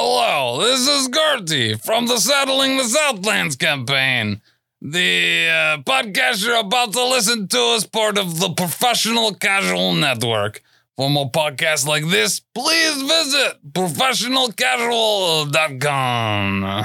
Hello, this is Gertie from the Settling the Southlands campaign. The uh, podcast you're about to listen to is part of the Professional Casual Network. For more podcasts like this, please visit professionalcasual.com.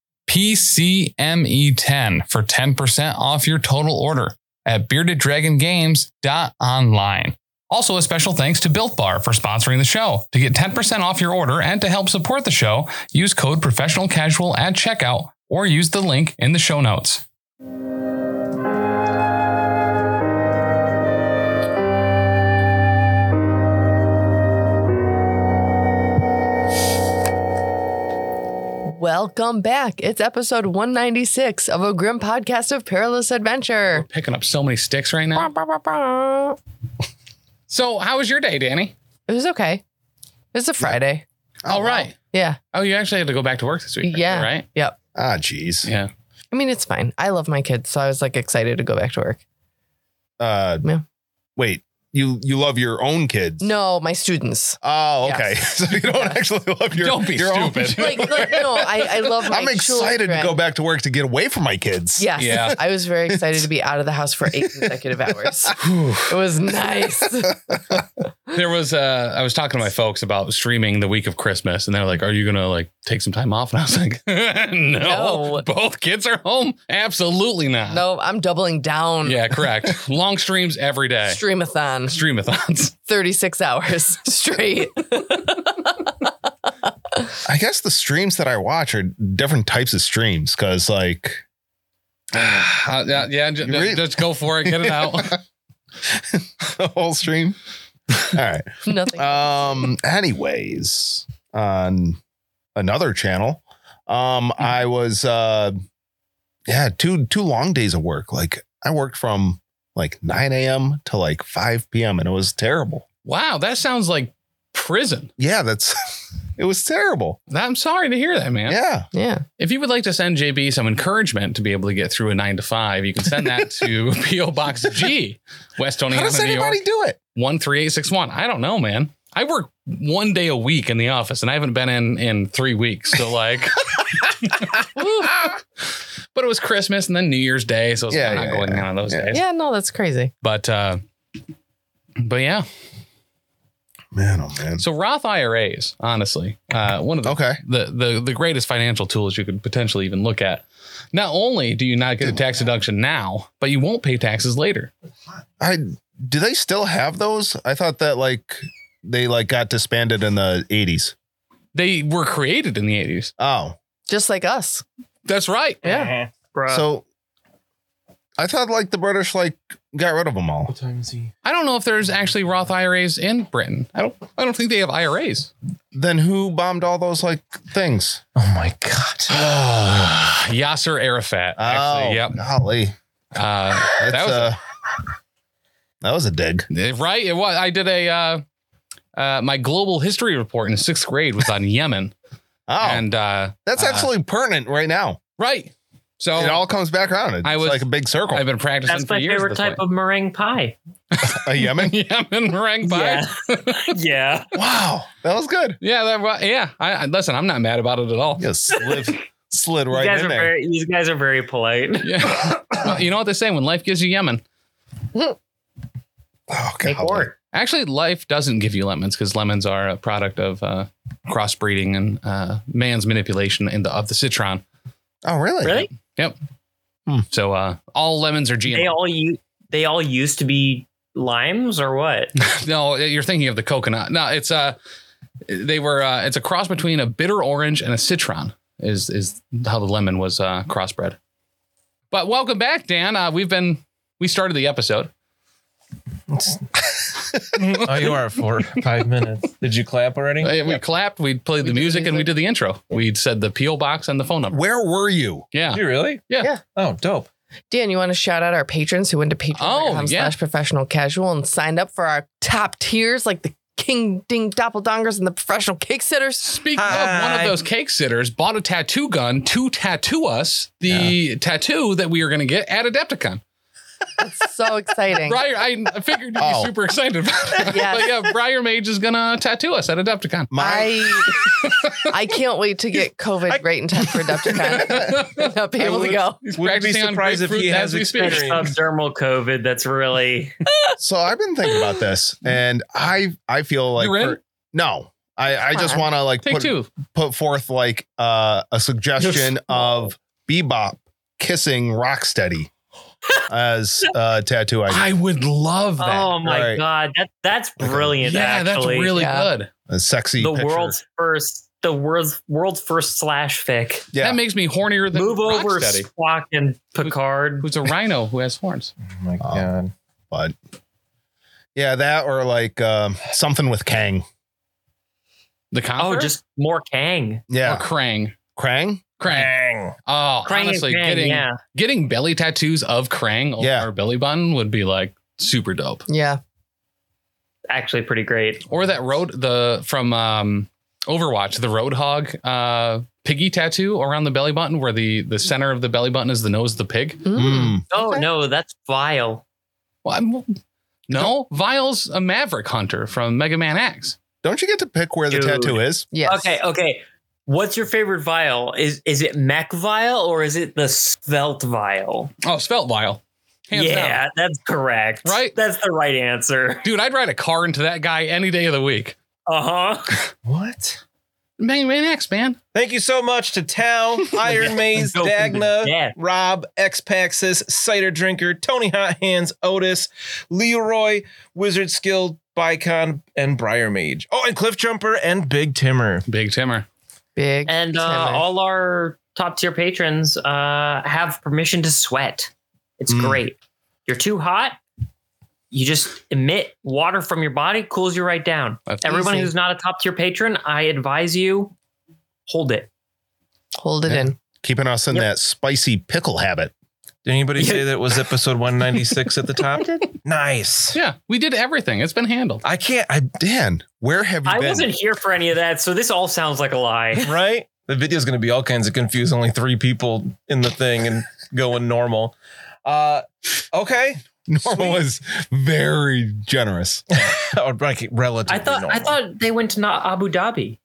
PCME10 E for 10% off your total order at beardeddragongames.online. Also, a special thanks to Built Bar for sponsoring the show. To get 10% off your order and to help support the show, use code professional casual at checkout or use the link in the show notes. Welcome back. It's episode 196 of a grim podcast of perilous adventure. Picking up so many sticks right now. So, how was your day, Danny? It was okay. It's a Friday. All Oh, right. Yeah. Oh, you actually had to go back to work this week. Yeah. Right? Yep. Ah, jeez. Yeah. I mean, it's fine. I love my kids, so I was like excited to go back to work. Uh, Yeah. Wait, you you love your own kids? No, my students. Oh, Yes. okay. so you don't actually love your. Don't be your own stupid. children. Like, like no, I, I love my I'm excited to children. go back to work to get away from my kids. Yes. Yeah. I was very excited to be out of the house for eight consecutive hours. Whew. It was nice. There was uh I was talking to my folks about streaming the week of Christmas and they're like, Are you gonna like take some time off? And I was like, no, No. Both kids are home? Absolutely not. No, I'm doubling down. Yeah, correct. Long streams every day. Streamathon, Streamathons. 36 hours straight. I guess the streams that I watch are different types of streams because, like, Uh, yeah, yeah ju- Really? just go for it. Get it out. the whole stream. All right. Nothing. Um. Anyways, on another channel, um, Mm-hmm. I was uh, yeah, two two long days of work. Like I worked from like 9 a.m. to like 5 p.m. and it was terrible. Wow, that sounds like prison. Yeah, that's it was terrible. I'm sorry to hear that, man. Yeah. yeah. If you would like to send JB some encouragement to be able to get through a nine to five, you can send that to P.O. Box G, West Tony How does New York. anybody do it? 13861. I don't know, man. I work one day a week in the office and I haven't been in in three weeks. So, like, but it was Christmas and then New Year's Day. So, it's Yeah, not yeah, going on those yeah. days. Yeah, no, that's crazy. But, uh, but yeah. Man, oh man. So, Roth IRAs, honestly, uh, one of the, Okay. the, the, the greatest financial tools you could potentially even look at. Not only do you not get a tax deduction now, but you won't pay taxes later. I do they still have those? I thought that like they like got disbanded in the 80s. They were created in the 80s. Oh. Just like us. That's right. Yeah. So I thought like the British like got rid of them all. I don't know if there's actually Roth IRAs in Britain. I don't. I don't think they have IRAs. Then who bombed all those like things? Oh my god. Yasser Arafat. oh, Actually, yep. golly, Uh, that's that was uh, that was a dig. right. It was. I did a. Uh, uh, my global history report in sixth grade was on Yemen, Oh, and uh, that's uh, absolutely pertinent right now. right. So It all comes back around. It's I was- like a big circle. I've been practicing That's for my years. favorite this type way. of meringue pie. a Yemen. Yemen meringue pie. Yeah, yeah. wow, that was good. that wa- yeah. I, I listen. I'm not mad about it at all. Just slid, slid you right guys in are there. very these guys are very polite. Yeah. Well, you know what they say when life gives you Yemen. oh, Make golly. work. Actually, life doesn't give you lemons because lemons are a product of uh, crossbreeding and uh, man's manipulation in the, of the citron. Oh, really? Really? So uh, all lemons are They GMO. all you they all used to be limes or what? no, you're thinking of the coconut. No, it's uh, they were uh, it's a cross between a bitter orange and a citron is is how the lemon was uh, crossbred. But welcome back, Dan. Uh, we've been we started the episode. Oh, you are for five minutes. Did you clap already? Hey, Uh, We clapped, we played the did the music, and we did the intro. We said the P.O. box and the phone number. Where were you? Yeah. Did you really? Yeah. Yeah. Oh, dope. Dan, you want to shout out our patrons who went to patreon.com Oh, yeah. slash professional casual and signed up for our top tiers like the King Ding Doppeldongers and the professional cake sitters? Speaking of, one Hi. of those cake sitters bought a tattoo gun to tattoo us the tattoo that we are going to get at Adepticon. That's so exciting. Briar, I figured you'd be Oh. super excited about it. Yes. But yeah, Briar Mage is going to tattoo us at Adepticon. My I I can't wait to get COVID right in time for Adepticon. and not be able to go. He's Wouldn't be practicing on surprised if he grapefruit as has we speak. experience. Subdermal COVID. That's really so I've been thinking about this, and I I feel like You ready? for- no, I I just Come want to like Take put, two. put forth like uh, a suggestion of bebop kissing rocksteady as a tattoo idea. I would love that. oh my Right. god. That that's brilliant. yeah, actually. that's really Yeah. good. A sexy the picture. world's first the world's world's first slash fic. yeah. That makes me hornier than Move over Rocksteady, Spock and Picard. who's a rhino who has horns. Oh my god. but yeah, that or like um, something with Kang. The Conqueror? Oh, just more Kang. or Yeah, Krang. Krang. Krang. Bang. Oh, Krang and honestly, Kang, getting yeah. getting belly tattoos of Krang over Yeah. our belly button would be like super dope. Yeah. Actually pretty great. Or that road the from um Overwatch, the Roadhog uh piggy tattoo around the belly button where the the center of the belly button is the nose of the pig. Mm. Mm. Oh Okay. no, that's vile. Well, I'm- no, Vile's a Maverick Hunter from Mega Man X. Don't you get to pick where the Dude. tattoo is? Yes. Okay, okay. What's your favorite vial? Is is it mech vial or is it the svelte vial? Oh, spelt Vile. Hands down. yeah, that's correct. Right? That's the right answer. Dude, I'd ride a car into that guy any day of the week. Uh-huh. What? Mega Man X, man. Thank you so much to Tao, Iron Maze, Dope into Dagna, death. Rob, Xpaxis, Cider Drinker, Tony Hot Hands, Otis, Leroy, Wizard Skill, Bicon, and Briar Mage. Oh, and Cliff Jumper and Big Timmer. Big Timmer. Big. And uh, Timmer. all our top tier patrons uh, have permission to sweat. It's Mm. great. You're too hot. You just emit water from your body, cools you right down. That's Everyone easy. who's not a top tier patron, I advise you hold it. Hold it Yeah. in. Keeping us in Yep. that spicy pickle habit. Did anybody say that was episode 196 at the top? Nice. Yeah, we did everything. It's been handled. I can't, I, Dan, where have you I been? wasn't here for any of that, so this all sounds like a lie. right? The video's going to be all kinds of confused. Only three people in the thing and going normal. Uh, okay. Normal is very generous. or like relatively I thought normal. I thought they went to not Abu Dhabi.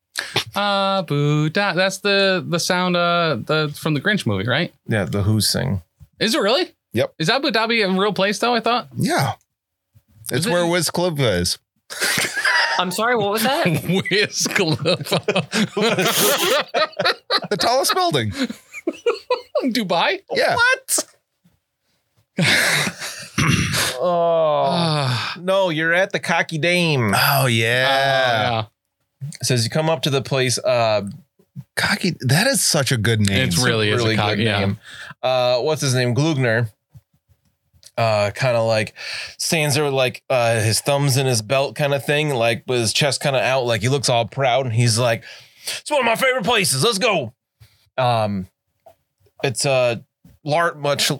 Abu Dhabi. That's the the sound uh the from the Grinch movie, right? yeah, the Who sing. Is it really? Yep. Is Abu Dhabi a real place though? I thought. Yeah. It's Is it- where Wiz Khalifa is. I'm sorry, what was that? Wiz Khalifa. The tallest building. Dubai. Yeah. Oh Ah. no, you're at the cocky dame. Oh yeah. Ah, It says you come up to the place. Uh, Cocky. That is such a good name. It's really is a really cock- good yeah. name. Uh, what's his name? Glugner. Uh, kind of like stands there with like uh, his thumbs in his belt, kind of thing, like with his chest kind of out, like he looks all proud, and he's like, "It's one of my favorite places. Let's go." Um, it's a lar- much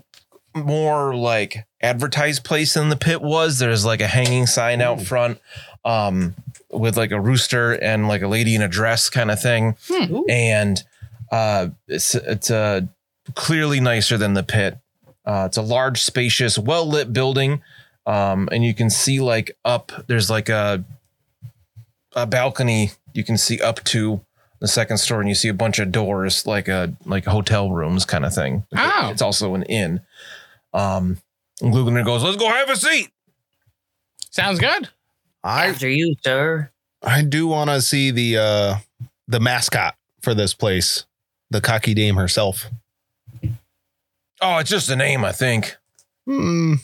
more like advertised place than the pit was. There's like a hanging sign out front, um, with like a rooster and like a lady in a dress, kind of thing, Hmm. and uh, it's it's uh, clearly nicer than the pit. Uh, it's a large, spacious, well lit building, um, and you can see like up. There's like a a balcony you can see up to the second story, and you see a bunch of doors, like a like hotel rooms kind of thing. Oh. It's also an inn. Um, and Glugner goes, "Let's go have a seat." Sounds good. I After you, sir. I do want to see the uh the mascot for this place, the cocky dame herself. Oh, it's just a name, I think. Mm,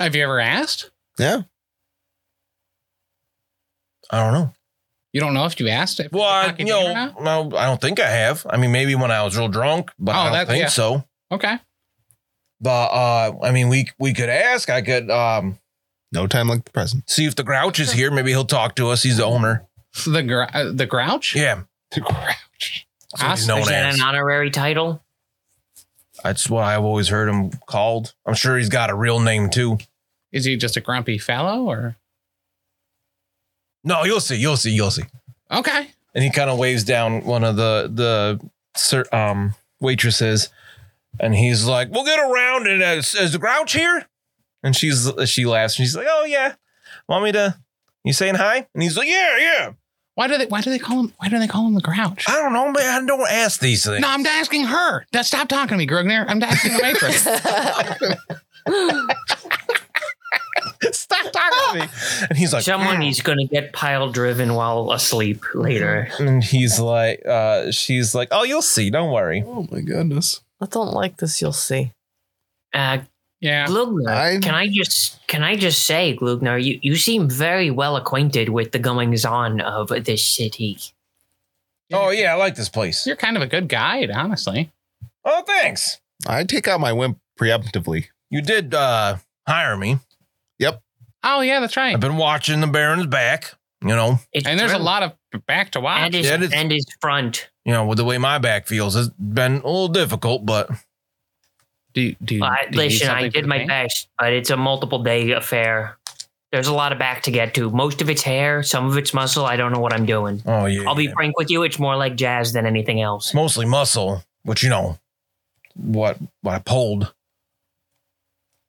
Have you ever asked? yeah. I don't know. You don't know if you asked it. Well, I, you know, no, I don't think I have. I mean, maybe when I was real drunk, but Oh, I don't that- think yeah. so. Okay. But uh, I mean, we we could ask. I could. Um, No time like the present. See if the Grouch is here. Maybe he'll talk to us. He's the owner. The gr- uh, the grouch. Yeah. The Grouch. That's what he's Oscar known Is that as. an honorary title? That's what I've always heard him called. I'm sure he's got a real name too. Is he just a grumpy fellow or? No, you'll see. You'll see. You'll see. Okay. and he kind of waves down one of the the ser- um waitresses and he's like we'll get around it as as the grouch here and she's she laughs and she's like oh yeah want me to you saying hi and he's like yeah yeah Why do they Why do they call him Why do they call him the grouch? i don't know man i don't ask these things No, I'm asking her. Da- Stop talking to me, Grugner. I'm asking the waitress. stop talking to me and he's like Someone is going to get pile driven while asleep later. and he's like uh she's like oh you'll see don't worry Oh my goodness. I don't like this. You'll see. Uh, yeah. Glugner, I- can I just can I just say, Glugner, you, you seem very well acquainted with the goings on of this city. oh yeah i like this place You're kind of a good guide, honestly. oh thanks I take out my wimp preemptively. you did uh hire me Oh yeah, that's right. i've been watching the baron's back you know It's And there's a true. lot of back to watch. and his, That is- and his front. you know, with the way my back feels, it's been a little difficult, but do, do, Uh, do you need listen, I something for did the my pain? best, but it's a multiple day affair. There's a lot of back to get to. Most of it's hair, some of it's muscle. I don't know what I'm doing. oh yeah. I'll be frank with you, it's more like jazz than anything else. it's mostly muscle, which you know what what I pulled.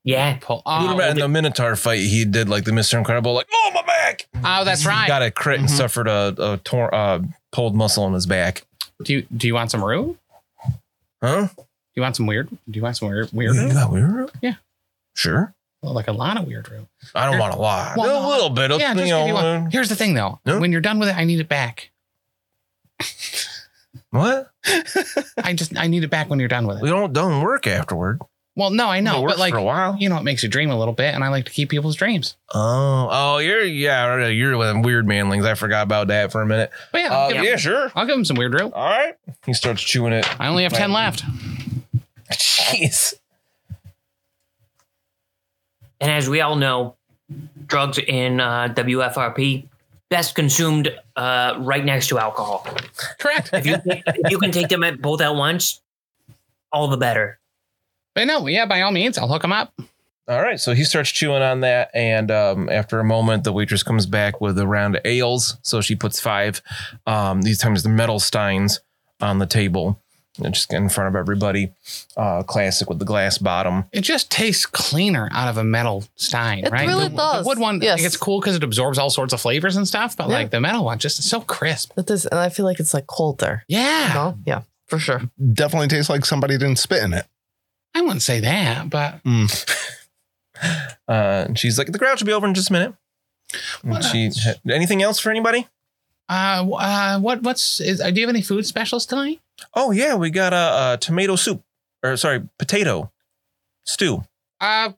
Yeah. Pull- What Oh, about in the Minotaur fight he did like the Mr. Incredible, like, oh my back. oh, that's He right. got a crit and Mhm. suffered a, a tor- uh pulled muscle in his back. Do you do you want some roux? Do Huh? you want some weird? Do you want some weird weird You roux? got weird? Yeah. Sure. Well, like a lot of weird roux. I don't Here. want a lot. Well, a no, little bit. yeah, Yeah, just you give you know, one. Here's the thing though. Yeah. When you're done with it, I need it back. what? I just I need it back when you're done with We it. don't don't work afterward. Well, no, I It know, works but like for a while. you know, it makes you dream a little bit, and I like to keep people's dreams. Oh, oh, you're yeah, right, you're with them weird manlings. I forgot about that for a minute. But yeah, I'll, Uh, give, yeah, sure. I'll give him some weird roux. All right. He starts chewing it. I only have ten left. Jeez. And as we all know, drugs in uh, WFRP best consumed uh, right next to alcohol. Correct. If you, if you can take them at both at once, all the better. But no, yeah, by all means, I'll hook him up. All right. So he starts chewing on that. And um, after a moment, the waitress comes back with a round of ales. So she puts five, um, these times the metal steins on the table. And just in front of everybody. Uh, classic with the glass bottom. It just tastes cleaner out of a metal stein, It right? really the, does. The wood one, Yes. like, it's cool because it absorbs all sorts of flavors and stuff. But Yeah. like the metal one, just is so crisp. That does, and I feel like it's like colder. Yeah, No, yeah, for sure. Definitely tastes like somebody didn't spit in it. I wouldn't say that, but Uh, and she's like, the grouch will be over in just a minute. And What she, else? anything else for anybody? uh, w- uh, what what's is, uh, do you have any food specials tonight? Oh, yeah. We got a, a tomato soup or sorry, potato stew. Uh,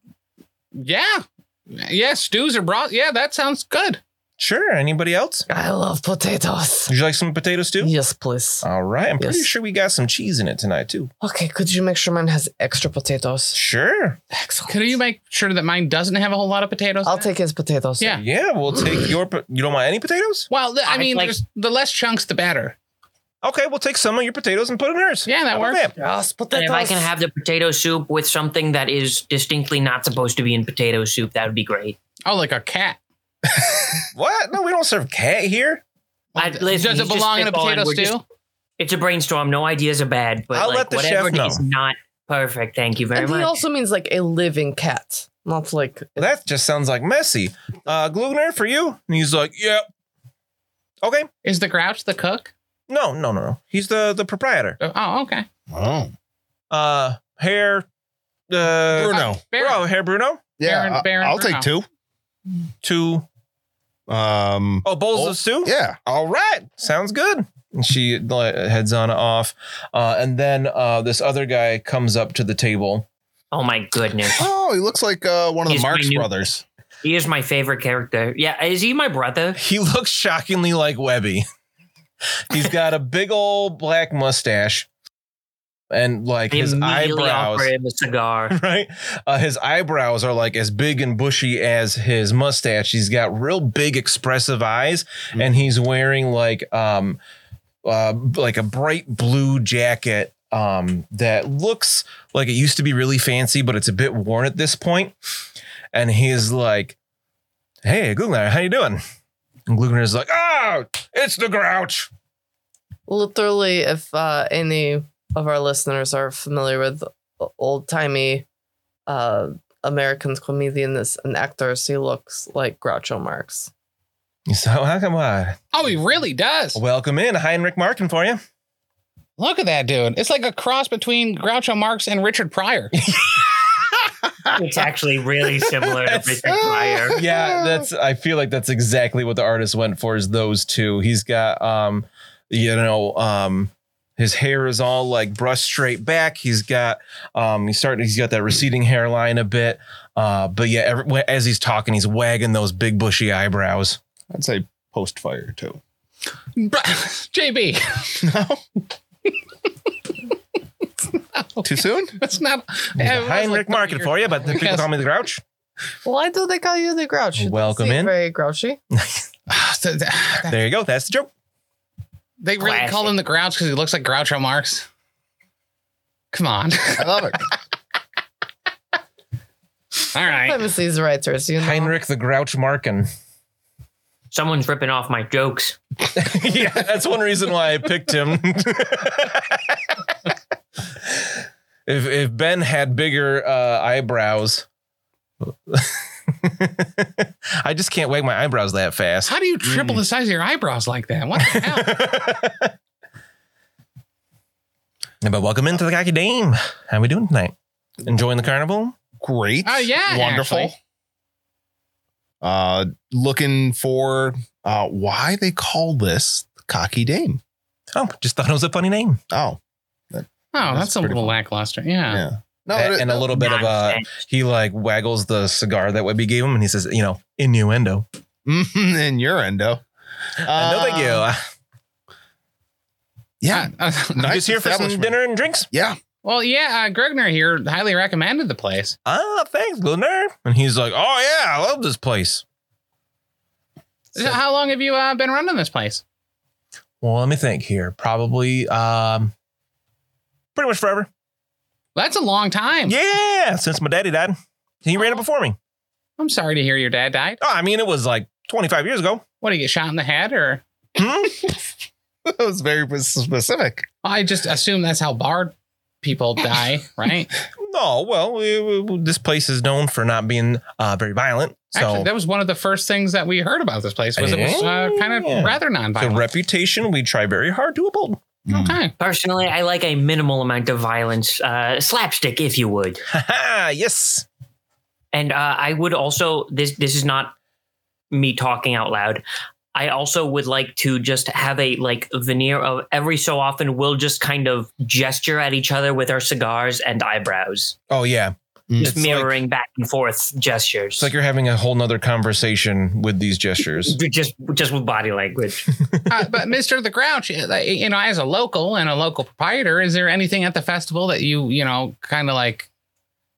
yeah, yeah, stews are brought. Yeah, that sounds good. Sure. Anybody else? I love potatoes. Would you like some potato stew? Yes, please. All right. I'm pretty Yes. sure we got some cheese in it tonight, too. Okay, could you make sure mine has extra potatoes? Sure. Excellent. Could you make sure that mine doesn't have a whole lot of potatoes? I'll in it? take his potatoes. Yeah. Yeah, we'll take your. po- You don't want any potatoes? Well, th- I I'd mean, like- there's, the less chunks, the better. Okay, we'll take some of your potatoes and put in hers. Yeah, Oh, that How about works. Yes, And potatoes. if I can have the potato soup with something that is distinctly not supposed to be in potato soup, that would be great. Oh, like a cat. What? No, we don't serve cat here. I- listen, Does it he's just belong in a spitballing. potato We're stew? just- It's a brainstorm. No ideas are bad, but I'll like, let the whatever chef it know. is not perfect. Thank you very and much. he also means like a living cat, not like That just sounds like messy. Uh, Glugner for you? And he's like, yep. Okay. Is the grouch the cook? No, no, no, no. He's the the proprietor. Oh, okay. Oh. Uh, hair. Uh, Bruno. Fair. oh, hair Bruno. Yeah. Baron- I- Baron I'll Bruno. take two. Two. Um Oh, bowls Bowl- of stew. yeah. All right, sounds good. And she like, heads on off, uh, and then uh, this other guy comes up to the table. oh my goodness, Oh, he looks like uh, one of He's the my Marx new- brothers. he is my favorite character. Yeah, is he my brother? He looks shockingly like Webby. He's got a big old black mustache. and like I his immediately eyebrows. offered him a cigar. right? Uh, his eyebrows are like as big and bushy as his mustache. He's got real big, expressive eyes, and he's wearing like um, uh, like a bright blue jacket um that looks like it used to be really fancy, but it's a bit worn at this point. And he's like, "Hey, Glugner, how you doing?" And Glugner's like, "Oh, it's the Grouch." Literally, if uh, any of our listeners are familiar with old timey uh, American comedians and actors, he looks like Groucho Marx. So how come I Oh, he really does. welcome in Heinrich Markin for you? Look at that dude. It's like a cross between Groucho Marx and Richard Pryor. It's actually really similar to Richard Pryor. yeah, that's. I feel like that's exactly what the artist went for. Is those two? He's got, um, you know, um, his hair is all like brushed straight back. He's got, um, he's starting. He's got that receding hairline a bit. Uh, but yeah, every, as he's talking, he's wagging those big bushy eyebrows. I'd say post fire too. Bru- JB, Too soon? that's not. He's a Heinrich Market for you, but the people Yes. call me the Grouch. Why do they call you the Grouch? You don't Welcome seem in. Very grouchy. There you go. That's the joke. They really Classic. call him the Grouch because he looks like Groucho Marx. Come on. I love it. All right. Sometimes these writers, you know. Heinrich the Grouch Markin. Someone's ripping off my jokes. yeah, that's one reason why I picked him. if if Ben had bigger uh, eyebrows, I just can't wag my eyebrows that fast. How do you triple the size of your eyebrows like that? What the hell? Oh, But welcome into the Cocky Dame. How we doing tonight? Enjoying the carnival? Great. Oh, yeah. Wonderful. actually. Uh, looking for uh, why they call this cocky dame. Oh, just thought it was a funny name. Oh, Oh, That's that's, a pretty little cool. lackluster. Yeah. yeah. No, and, it- and a little bit of a he like waggles the cigar that Webby gave him, and he says, you know, innuendo. Mhm, in your endo. Uh, no, thank Uh, you. Yeah. Uh, I'm nice just here for some establishment. dinner and drinks. Yeah. well, yeah. Uh, Gregner here highly recommended the place. ah, thanks, Glendare. And he's like, oh, yeah, I love this place. So how long have you uh, been running this place? Well, let me think here. Probably um, pretty much forever. That's a long time. Yeah, since my daddy died. He ran it before me. I'm sorry to hear your dad died. Oh, I mean, it was like 25 years ago. Hmm? What, did he get shot in the head or? That was very specific. I just assume that's how bar people die, right? No, Oh, well, we- we- this place is known for not being uh, very violent. Actually, So that was one of the first things that we heard about this place was it was uh, kind of Yeah. rather the nonviolent. reputation we try very hard to uphold. okay. Personally, I like a minimal amount of violence, uh, slapstick, if you would. Haha, yes. And uh, I would also this this is not me talking out loud. I also would like to just have a like veneer of every so often we'll just kind of gesture at each other with our cigars and eyebrows, Oh, yeah. It's just like- mirroring back and forth gestures. It's like you're having a whole nother conversation with these gestures. just just with body language. uh, but Mr. the Grouch, uh, you know, as a local and a local proprietor, is there anything at the festival that you, you know, kind of like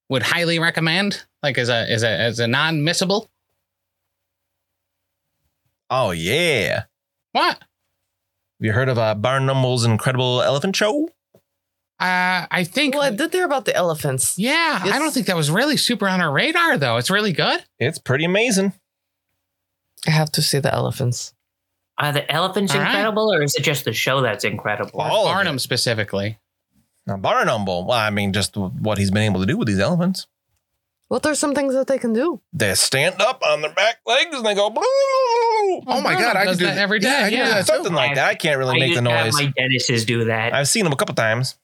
would highly recommend, like as a as a as a non-missable? Oh, yeah. What? Have you heard of uh, Barnum's Incredible Elephant Show? Uh, I think. Well, I did hear about the elephants. Yeah, I Yes. don't think that was really super on our radar though. It's really good. It's pretty amazing. I have to see the elephants. Are the elephants All right. incredible, or is it just the show that's incredible? All of Barnum specifically. Now, Barnum, well, I mean, just what he's been able to do with these elephants. What are some things that they can do? They stand up on their back legs and they go, "Bloo." Oh my Barnum God. I does can do that every I day, can do yeah. that too. something like that. I can't really I make the just have noise. my dentists do that. I've seen them a couple times.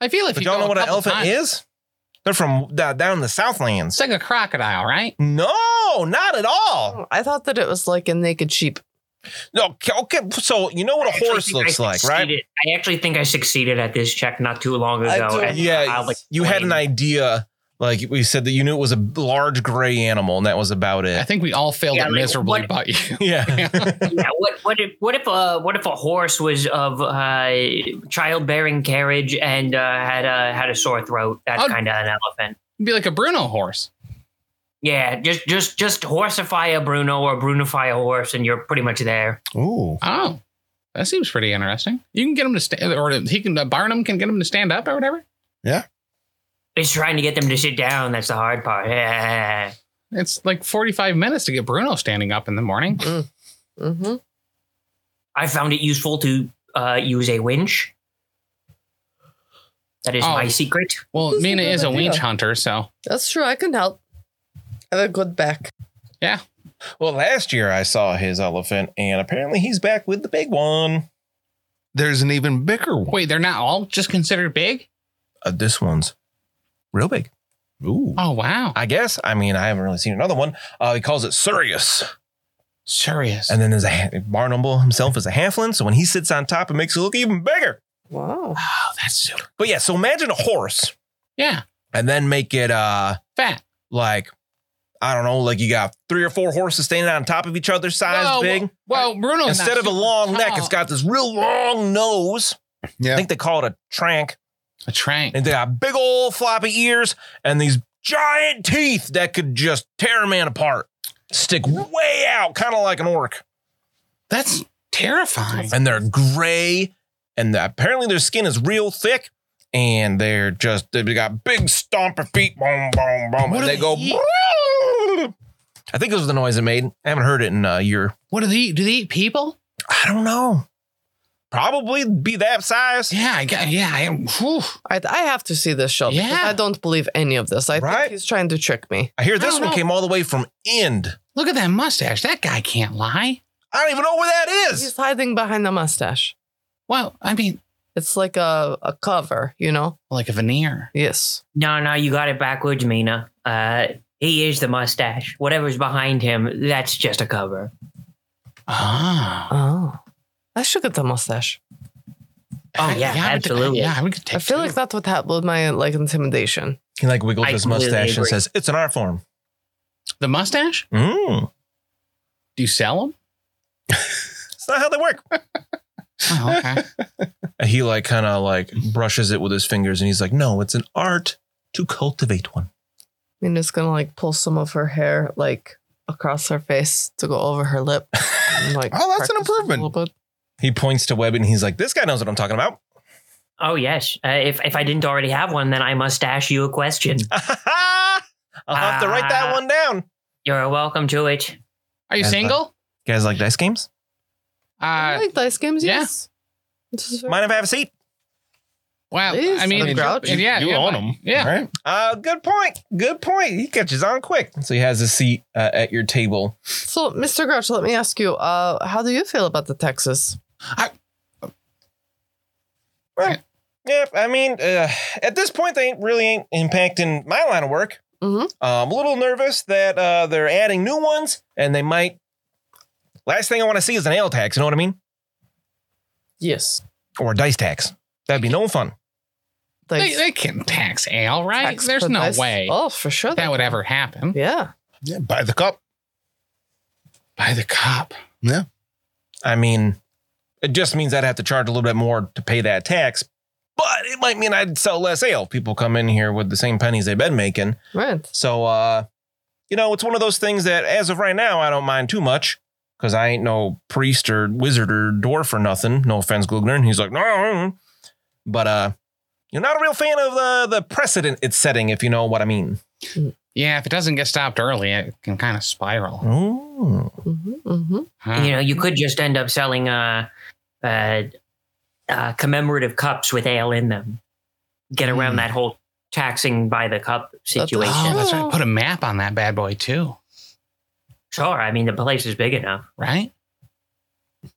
I feel if But you y'all go know a what an couple elephant times- is? They're from da- down in the Southlands. It's like a crocodile, right? No, not at all. Oh, I thought that it was like a naked sheep. No, okay, okay, so you know what I a actually horse think I looks like, right? succeeded- I actually think I succeeded at this check not too long I ago. do- and yeah, I'll you had an explain. idea Like we said that you knew it was a large gray animal, and that was about I it. think we all failed Yeah, it like, miserably, what- but you. Yeah. yeah, what what if what if a what if a horse was of uh, childbearing carriage and uh, had a had a sore throat? That's Oh. kind of an elephant. It'd be like a Bruno horse. Yeah, just just just horsify a Bruno or Brunify a horse, and you're pretty much there. Mm. Ooh. Oh, that seems pretty interesting. You can get him to stand, or he can uh, Barnum can get him to stand up or whatever. It's trying to get them to sit down. That's the hard part. Yeah. It's like forty-five minutes to get Bruno standing up in the morning. Mm-hmm. I found it useful to uh, use a winch. That is Oh. my secret. Well, This is a Mina good is a idea. winch hunter, so That's true. I can help. I have a good back. well, last year I saw his elephant, and apparently he's back with the big one. There's an even bigger one. wait, they're not all just considered big. Uh, this one's real big. Ooh. Oh wow, I guess. I mean, I haven't really seen another one. Uh, he calls it Sirius. serious. And then there's a ha- Barnumble himself is a halfling, so when he sits on top, it makes it look even bigger. Wow. Oh, that's super. But yeah, so imagine a horse, Yeah, and then make it uh fat. like I don't know, like you got three or four horses standing on top of each other, size Well, big. Well, Bruno's Instead not of a super long neck, tall. it's got this real long nose. I Yeah. think they call it a trank. a trank. And they got big old floppy ears and these giant teeth that could just tear a man apart. Stick way out, kind of like an orc. That's terrifying. And they're gray, and apparently their skin is real thick. And they're just they got big stomper feet, boom, boom, boom, What do and they they go. eat? I think it was the noise it made. I haven't heard it in a year. What do they eat? Do they eat people? I don't know. Probably be that size. Yeah, I got. Yeah, I am. Whew. All right, I have to see this show. because Yeah. I don't believe any of this. I Right? think he's trying to trick me. I hear this don't one know. came all the way from Ind. Look at that mustache. That guy can't lie. I don't even know where that He's is. hiding behind a mustache. Well, I mean, It's like a, a cover, you know? like a veneer. Yes. No, no, you got it backwards, Mina. Uh, he is the mustache. Whatever's behind him, that's just a cover. Ah. Oh. I should get the mustache. Oh, I- yeah, I would- absolutely. yeah, we could take. I feel like that's what happened with my like intimidation. He like wiggles I his completely mustache and agree. says, "It's an art form." the mustache. Mm. Do you sell them? It's not how they work. Oh, okay. And he like kind of like brushes it with his fingers, and he's like, "No, it's an art to cultivate one." I mean, it's gonna like pull some of her hair like across her face to go over her lip. and, like, Oh, that's practice it an a improvement. little bit. He points to Webb, and he's like, "This guy knows what I'm talking about." Oh, yes. Uh, if, if I didn't already have one, then I must ask you a question. I'll have to write that Ah. one down. You're welcome to it. Are you That's single? You guys like dice games? I Uh, like dice games, yeah. yes. This is very- Mind if I have a seat? well, Please, I mean, the grouch. yeah, yeah, you yeah, own them. Yeah. Right? Uh, good point. Good point. He catches on quick. So he has a seat uh, at your table. So, Mr. Grouch, let me ask you, uh, how do you feel about the Texas? Yep. I mean, uh, at this point, they ain't really ain't impacting my line of work. Mhm. Uh, I'm a little nervous that uh, they're adding new ones and they might. Last thing I want to see is an ale tax. You know what I mean? Yes. Or a dice tax. That'd be no fun. They, Dice. they can tax ale, right? Tax There's for no dice. way Oh, for sure. that would ever happen. yeah. Yeah. By the cup. By the cop. I mean, it just means I'd have to charge a little bit more to pay that tax. But it might mean I'd sell less ale. People come in here with the same pennies they've been making. Right. So, uh, you know, it's one of those things that as of right now, I don't mind too much because I ain't no priest or wizard or dwarf or nothing. No offense, Glugner. And he's like, no. mm." But uh, you're not a real fan of the, the precedent it's setting, if you know what I mean. Yeah, if it doesn't get stopped early, it can kind of spiral. Mm. hmm hmm Huh. You know, you could just end up selling uh, uh, uh, commemorative cups with ale in them. Get around Hmm. that whole taxing by the cup That's- situation. Oh, that's right. Oh. Put a map on that bad boy too, Sure. I mean, the place is big enough. right?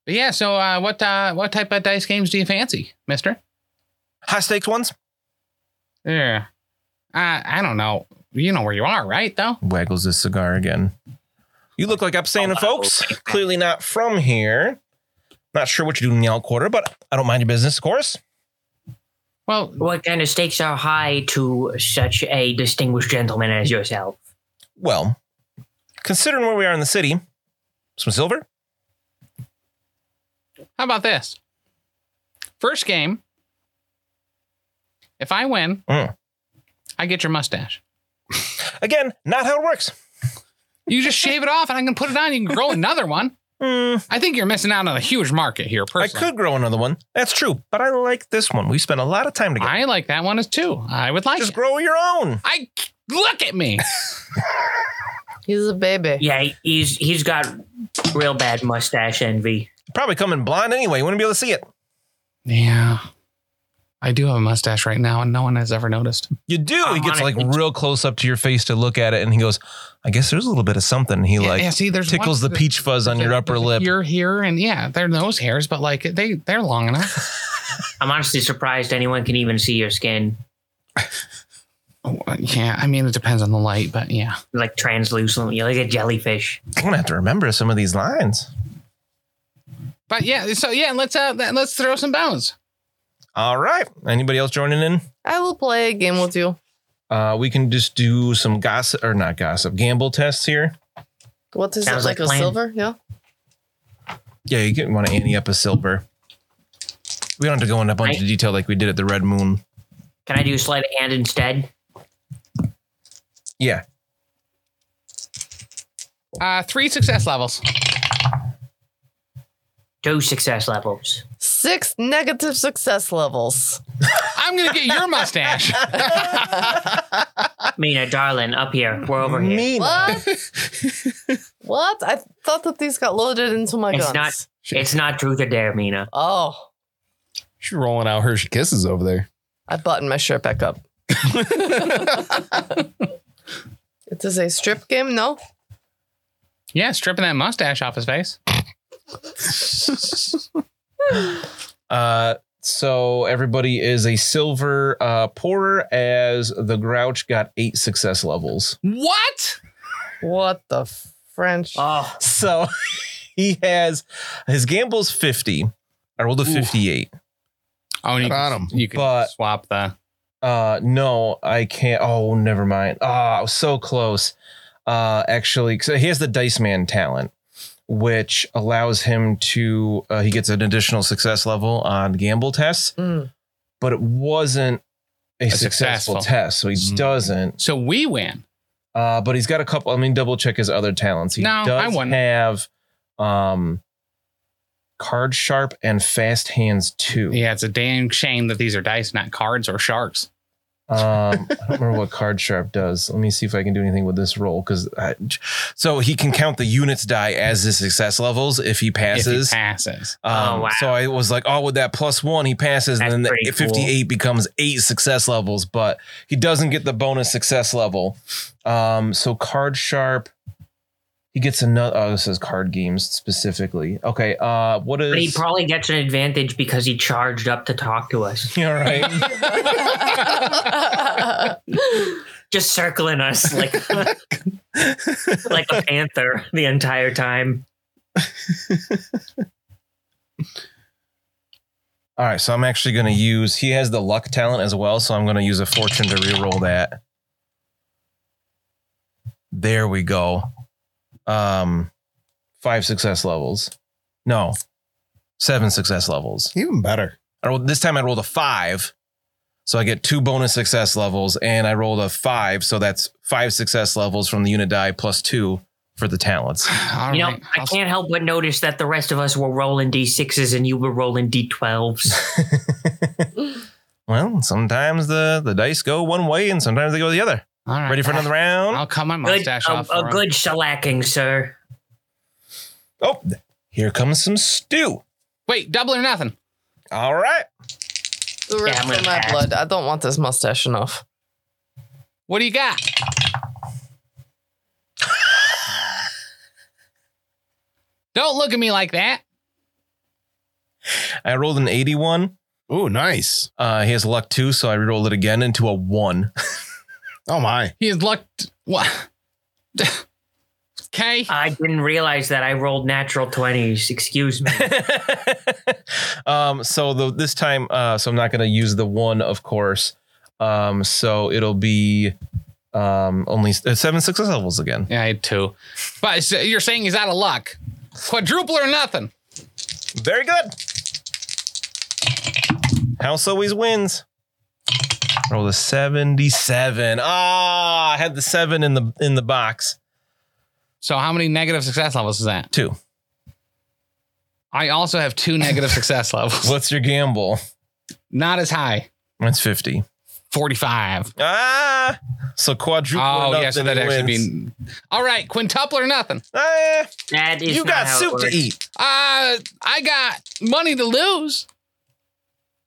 But yeah. So, uh, what uh, what type of dice games do you fancy, Mister? High stakes ones? Yeah. Uh, I don't know. You know where you are, right? Though. Waggles his cigar again. You look like upstanding folks. Clearly not from here. Not sure what you do in the out quarter, but I don't mind your business, of course. Well, What kind of stakes are high to such a distinguished gentleman as yourself? Well, considering where we are in the city, some silver? how about this? First game, if I win, Mm. I get your mustache. Again, not how it works. You just shave it off, and I can put it on. You can grow another one. Hmm, I think you're missing out on a huge market here. I Personally, could grow another one. That's true, but I like this one. We spent a lot of time together. I like that one as too. I would like. Just It. grow your own. I look at me. He's a baby. Yeah, he's he's got real bad mustache envy. Probably coming blind anyway. You wouldn't be able to see it. Yeah. I do have a mustache right now, and no one has ever noticed. You do. I'm he gets on like it. It's- real close up to your face to look at it, and he goes, "I guess there's a little bit of something." He like yeah, see, there's tickles one- the peach fuzz on your there- upper there's a lip. Here, here, and yeah, they're nose hairs, but like they they're long enough. I'm honestly surprised anyone can even see your skin, Oh, yeah, I mean it depends on the light, but yeah. like translucent. You're like a jellyfish. I'm gonna have to remember some of these lines. But yeah, so yeah, let's uh th- let's throw some bones. All right. Anybody else joining in? I will play a game with you. Uh, we can just do some gossip or not gossip gamble tests here. What is Sounds it like, a like plan. silver? Yeah. Yeah, you can want to ante up a silver. We don't have to go into a bunch of detail like we did at the Red Moon. Can I do sleight of hand instead? Yeah. Uh three success levels. Two success levels. Six negative success levels. I'm gonna get your mustache. Mina, darling, up here. We're over here. What? what? I thought that these got loaded into my It's guns. not- It's not truth or dare, Mina. Oh, She's rolling out her kisses over there. I buttoned my shirt back up. it is a strip game, no? yeah, stripping that mustache off his face. Uh, so everybody is a silver uh, pourer as the Grouch got eight success levels. What? What the French? Oh, So he has his gamble's 50. I rolled a 58. Oh, and you Get on can, 'em. you can But- swap the Uh, no, I can't. Oh, never mind. Ah, I was so close. Uh, actually, so he has the Dice Man talent, which allows him to, uh, he gets an additional success level on gamble tests, Mm. but it wasn't a, successful. successful, Mm-hmm. test. So he Mm. doesn't. so we win. Uh, but he's got a couple. I mean, double check his other talents. He No, does I wouldn't. have um, card sharp and fast hands too. Yeah, it's a damn shame that these are dice, not cards or sharks. Um, I don't remember what card sharp does. Let me see if I can do anything with this roll because so he can count the units die as his success levels if he passes. If he passes. Um, Oh, wow. So I was like, oh, with that plus one, he passes, That's and then pretty the 58 becomes eight success levels, but he doesn't get the bonus success level. Um, so card sharp, he gets another. Oh, this is card games specifically. Okay, uh, what is? but he probably gets an advantage because he charged up to talk to us. Yeah, right. Just circling us like like a panther the entire time. All right, so I'm actually going to use. He has the luck talent as well, so I'm going to use a fortune to reroll that. There we go. Um, five success levels. No, seven success levels. Even better. I rolled, this time I rolled a five. So I get two bonus success levels and I rolled a five. So that's five success levels from the unit die plus two for the talents. All you know, right, I I'll- can't help but notice that the rest of us were rolling D6s and you were rolling D12s. well, sometimes the, the dice go one way and sometimes they go the other. all right. Ready for another um, round? I'll cut my Good, mustache a, off. a for him. good shellacking, sir. Oh, here comes some stew. Wait, double or nothing. All right. the Yeah, rest I'm gonna of my pass. blood. I don't want this mustache enough. What do you got? Don't look at me like that. I rolled an 81. Ooh, nice. Uh, he has luck two, so I rerolled it again into a one. Oh my. He has lucked. What? Okay. I didn't realize that I rolled natural 20s. Excuse me. um, so the, this time, uh, so I'm not going to use the one, of course. Um, so it'll be um, only s- uh, seven success levels again. Yeah, I had two. But so you're saying he's out of luck. Quadruple or nothing. Very good. House always wins. Roll a 77. Ah, I had the seven in the in the box. So how many negative success levels is that? Two. I also have two negative success levels. What's your gamble? Not as high. That's 50. 45. Ah, so quadruple. or Oh, nothing yeah, so that actually wins. be all right, quintuple or nothing. Ah, That is you not got how it soup to works. eat. Uh I got money to lose.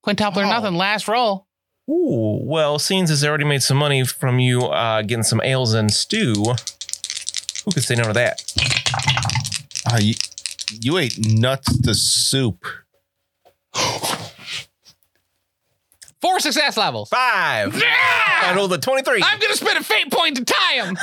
Quintuple or Oh. nothing, last roll. Ooh, well, Scenes has already made some money from you uh, getting some ales and stew. Who could say no to that? Ah, you, you ate nuts to soup. Four success levels. Five. I rolled a 23. I'm gonna spend a fate point to tie him.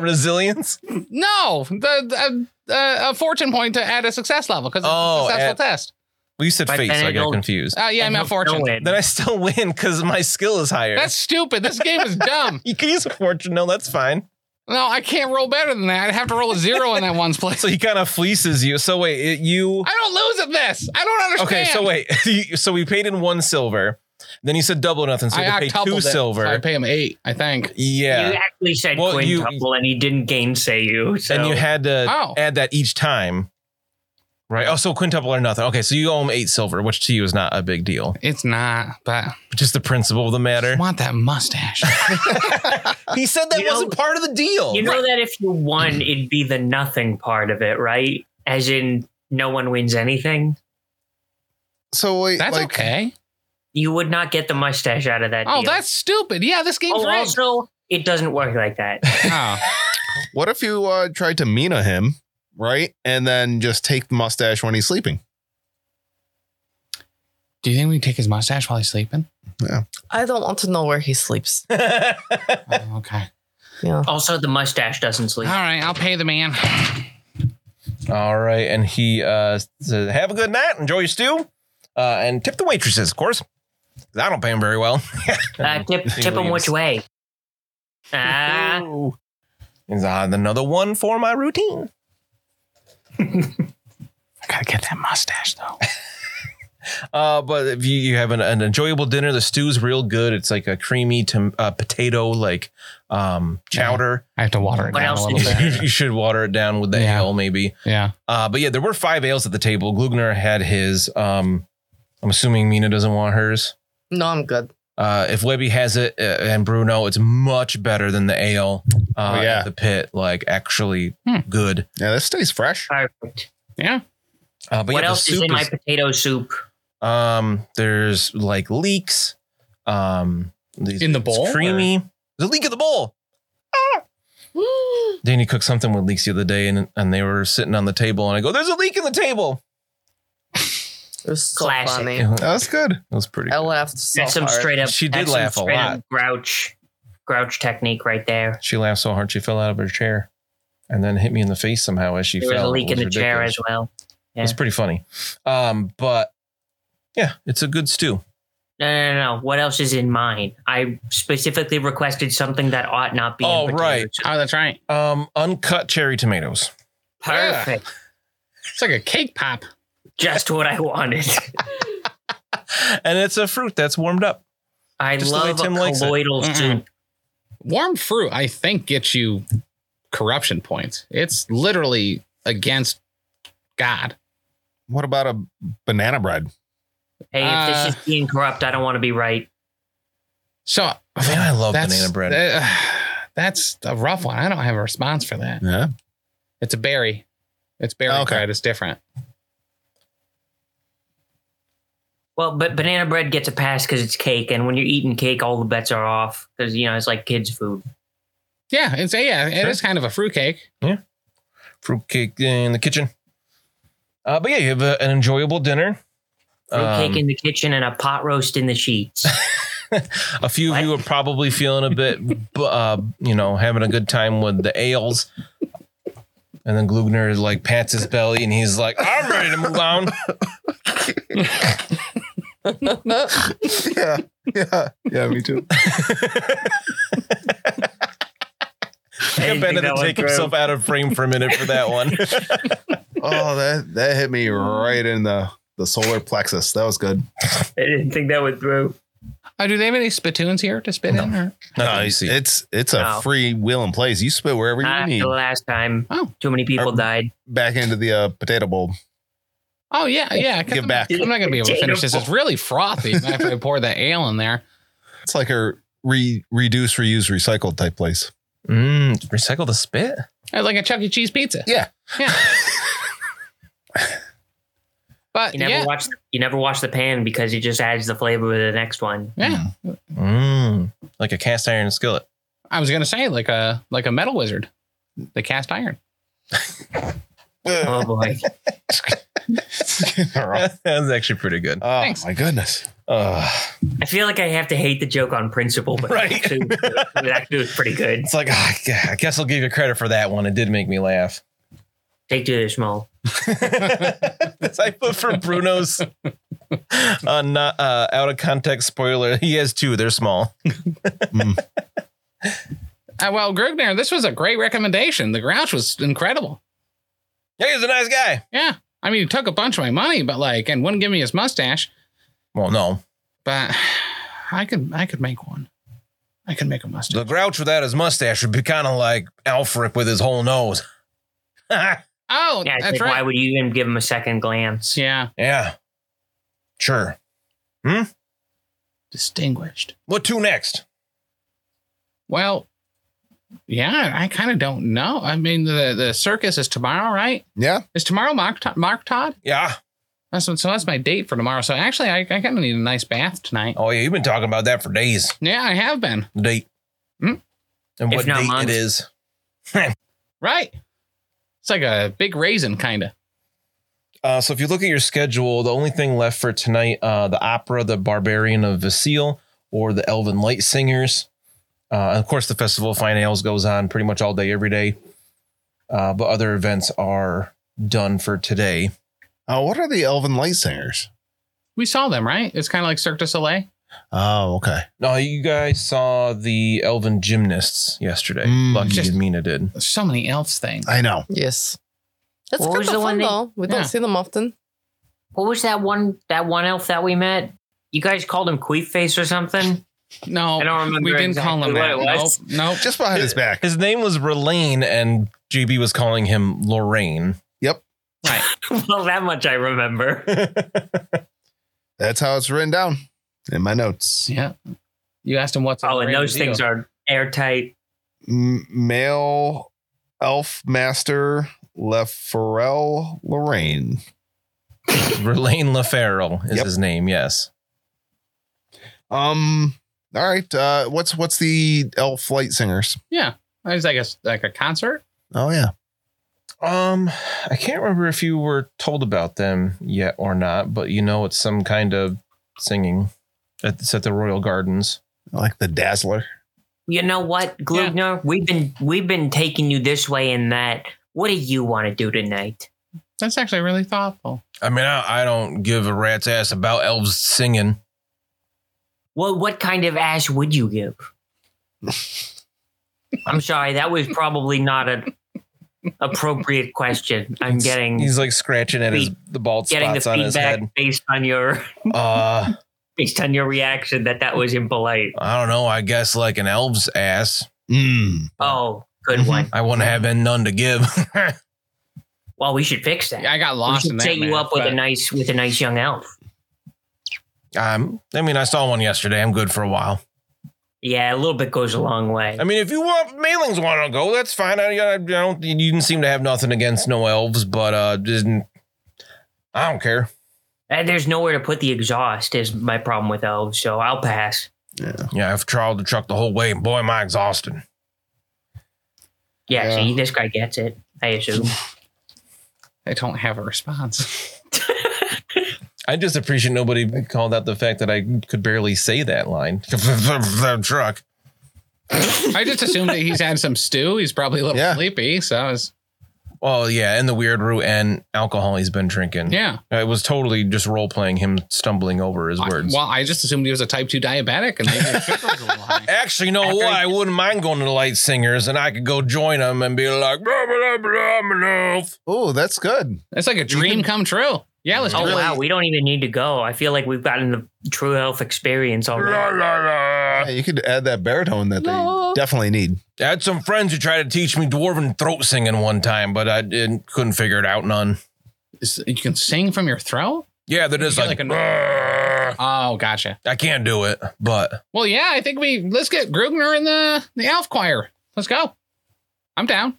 Resilience. no, the, the uh, a fortune point to add a success level because it's Oh, a successful test. Well, you said But fate, so then I got it'll- confused. Oh yeah, I And meant he'll fortune. know it. Then I still win because my skill is higher. That's stupid. This game is dumb. you can use a fortune. No, that's fine. No, I can't roll better than that. I'd have to roll a zero in that one's place. So he kind of fleeces you. So wait, it, you. I don't lose at this. I don't Okay, understand. so wait. You- so we paid in one silver. Then you said double nothing. So we I paid two octupled it. silver. So I pay him eight, I think. yeah. You actually said Well, you- quintuple and he didn't gainsay you. So And you had to Oh. add that each time. Right. Oh, so quintuple or nothing. Okay, so you owe him eight silver, which to you is not a big deal. It's not, but Just the principle of the I matter. want that mustache. He said that You know- wasn't part of the deal. You know that if you won, it'd be the nothing part of it, right? As in, no one wins anything. So wait, That's like, okay. You would not get the mustache out of that. Oh, deal. that's stupid. Yeah, this game's oh, rigged. also it doesn't work like that. Oh. what if you uh, tried to Mina him, right? And then just take the mustache when he's sleeping. Do you think we can take his mustache while he's sleeping? I don't want to know where he sleeps. Oh, okay. Yeah. Also, the mustache doesn't All sleep. right, I'll pay the man. All right, and he uh says, "Have a good night. Enjoy your stew, uh, and tip the waitresses, of course. 'Cause I don't pay them very well." Uh, tip tip him which way. Ah, Ooh. He's uh, another one for my routine. I gotta get that mustache though. Uh, but if you, you have an, an enjoyable dinner, the stew's real good. It's like a creamy tom- uh, potato, like um, chowder. I have to water it What down else a did little you bit. you, you should water it down with the Yeah. ale, maybe. Yeah. Uh, but yeah, there were five ales at the table. Glugner had his. Um, I'm assuming Mina doesn't want hers. No, I'm good. Uh, if Webby has it uh, and Bruno, it's much better than the ale uh, Oh, yeah. at the pit. Like actually Hmm. good. Yeah, that stays fresh. perfect. Uh, but what yeah, else the is soup in my is- potato soup? um, there's like leeks. Um, these- In the it's bowl, creamy. There's a leak in the bowl. Oh, Ah! Danny cooked something with leeks the other day, and and they were sitting on the table, and I go, "There's a leak in the table." It was so Classic. funny. It was- That's good. it was pretty. I Oh. good. laughed so That's some hard. straight up. She did that's some laugh a straight lot. up Grouch, grouch technique right there. She laughed so hard she fell out of her chair, and then hit me in the face somehow as she There was fell. a It leak in the was chair ridiculous. as well. Yeah. It's pretty funny. Um, but yeah, it's a good stew. No, no, no, no. What else is in mine? I specifically requested something that ought not be. in Oh, potato right. soup. Oh, that's right. Um, uncut cherry tomatoes. Perfect. It's like a cake pop. Just what I wanted. And it's a fruit that's warmed up. I Just the way love Tim a likes it. colloidal Mm-mm. soup. Warm fruit, I think, gets you corruption points. It's literally against God. What about a banana bread? Hey, if Uh, Ah. this is being corrupt, I don't want to be right. So Man, I love that's, banana bread. uh, that's a rough one. I don't have a response for that. Yeah. It's a berry. It's berry Okay. bread. It's different. Well, but banana bread gets a pass because it's cake, and when you're eating cake, all the bets are off because you know it's like kids' food. Yeah, it's yeah, it Sure. is kind of a fruitcake. fruit cake in the kitchen. Uh, but yeah, you have a, an enjoyable dinner. Fruit Um, cake in the kitchen and a pot roast in the sheets. a few of you are probably feeling a bit, bu- uh, you know, having a good time with the ales. And then Glugner like pats his belly and he's like, I'm ready to move on. yeah, yeah, yeah. Me too. Anything Ben had to that went take through. himself out of frame for a minute for that one. Oh, that that hit me right in the the solar plexus. That was good. I didn't think that went through. Oh, do they have any spittoons here to spit in? Or? no, you see. It's it's a Wow. free will and place. You spit wherever you Not need. the last time. Oh. Too many people Our- died. Back into the uh, potato bowl. Oh yeah, yeah. 'cause Give I'm, back. I'm not gonna be able to finish this. It's really frothy after I pour that ale in there. It's like a re reduce, reuse, recycle type place. Mm, recycle the spit? It's like a Chuck E. Cheese pizza. Yeah. Yeah. but You never yeah, watch. You never watch the pan because it just adds the flavor to the next one. yeah. Mm, like a cast iron skillet. I was gonna say like a like a metal wizard, the cast iron. Oh boy! oh that was actually pretty good. Thanks. my goodness! Uh, I feel like I have to hate the joke on principle, but Right. it, actually, it actually was pretty good. it's like, ah, I guess I'll give you credit for that one. It did make me laugh. Take two, they're small. That's I put for Bruno's uh, not, uh, out of context spoiler. He has two. They're small. Uh, well, Grugner, this was a great recommendation. The Grouch was incredible. Yeah, he's a nice guy. Yeah, I mean, he took a bunch of my money, but like, and wouldn't give me his mustache. Well, no, But I could I could make one. I could make a mustache. the grouch without his mustache would be kind of like Alfred with his whole nose. Oh, Yeah, it's that's like, right. why would you even give him a second glance? yeah, yeah, sure. distinguished. What two next? Well, yeah, I kind of don't know. I mean, the the circus is tomorrow, right? Yeah, Is tomorrow Mark Todd? Mark Todd? Yeah. That's what, so that's my date for tomorrow. So actually, I, I kind of need a nice bath tonight. Oh yeah, you've been talking about that for days. Yeah, I have been. The date Hmm? and If what not date months. it is. Right. It's like a big raisin, kind of. Uh, so if you look at your schedule, the only thing left for tonight, uh, the opera, the Barbarian of Vasile, or the Elven Light Singers. Uh, and of course, the Festival of Fine Ales goes on pretty much all day, every day. Uh, but other events are done for today. Uh, what are the Elven Light Singers? We saw them, right? It's kind of like Cirque du Soleil. Oh, okay. No, you guys saw the Elven Gymnasts yesterday. Mm. Lucky Just- Mina did. There's so many elves things. I know. Yes. That's What kind was of the one fun they- though. We Yeah. don't see them often. What was that one? That one elf that we met? You guys called him Queefface or something? No, I don't remember we didn't exactly call them what it that. Nope, was. nope. Just behind his back. His name was Relaine, and JB was calling him Lorraine. Right. well, that much I remember. That's how it's written down in my notes. Yeah. You asked him what's. Oh, on and the those radio. things are airtight. M- male elf master Leferel Lorraine. Relaine LaFerrell is Yep. his name, yes. Um. All right. Uh, what's what's the elf light singers? It's like a like a concert. Oh yeah. Um, I can't remember if you were told about them yet or not, but you know it's some kind of singing. It's at the Royal Gardens. I like the Dazzler. You know what, Glugner? We've been we've been taking you this way and that. What do you want to do tonight? That's actually really thoughtful. I mean, I, I don't give a rat's ass about elves singing. Well, what kind of ass would you give? I'm sorry, that was probably not an appropriate question. I'm getting He's like scratching at his the bald getting the spots on his feedback head. based on your Uh, based on your reaction that that was impolite. I don't know. I guess like an elf's ass. Mm. Oh, good Mhm. one. I wouldn't have been none to give. Well, we should fix that. I got we lost in should that. set you man, up with but- a nice with a nice young elf. um, I mean, I saw one yesterday. I'm good for a while. Yeah, a little bit goes a long way. I mean, if you want mailings want to go, that's fine. I, I, I don't. You didn't seem to have nothing against no elves, but uh, just I don't care. And there's nowhere to put the exhaust is my problem with elves, so I'll pass. Yeah, I've troweled the truck the whole way, and boy, am I exhausted. Yeah, Yeah. see, this guy gets it. I assume. I don't have a response. I just appreciate nobody called out the fact that I could barely say that line. the truck. I just assumed that he's had some stew. He's probably a little Yeah. sleepy. So I was, Well, yeah, and the weird root and alcohol he's been drinking. Yeah. Uh, It was totally just role playing him stumbling over his I- words. well, I just assumed he was a type 2 diabetic and they their sugar was a little high. Actually, you know After what? I- I wouldn't mind going to the Light Singers, and I could go join them and be like, blah, blah, blah, blah, blah. Oh, that's good. That's like a dream come true. Yeah, let's Oh do it. wow, we don't even need to go. I feel like we've gotten the true health experience La, already. la, la. Yeah, you could add that baritone that No. they definitely need. I had some friends who tried to teach me dwarven throat singing one time, but I didn't, couldn't figure it out none. Is- You can sing from your throat? Yeah, they're just You like, get like a- "Brr." Oh, gotcha. I can't do it, but Well, yeah, I think we let's get Grugner in the the elf choir. Let's go. I'm down.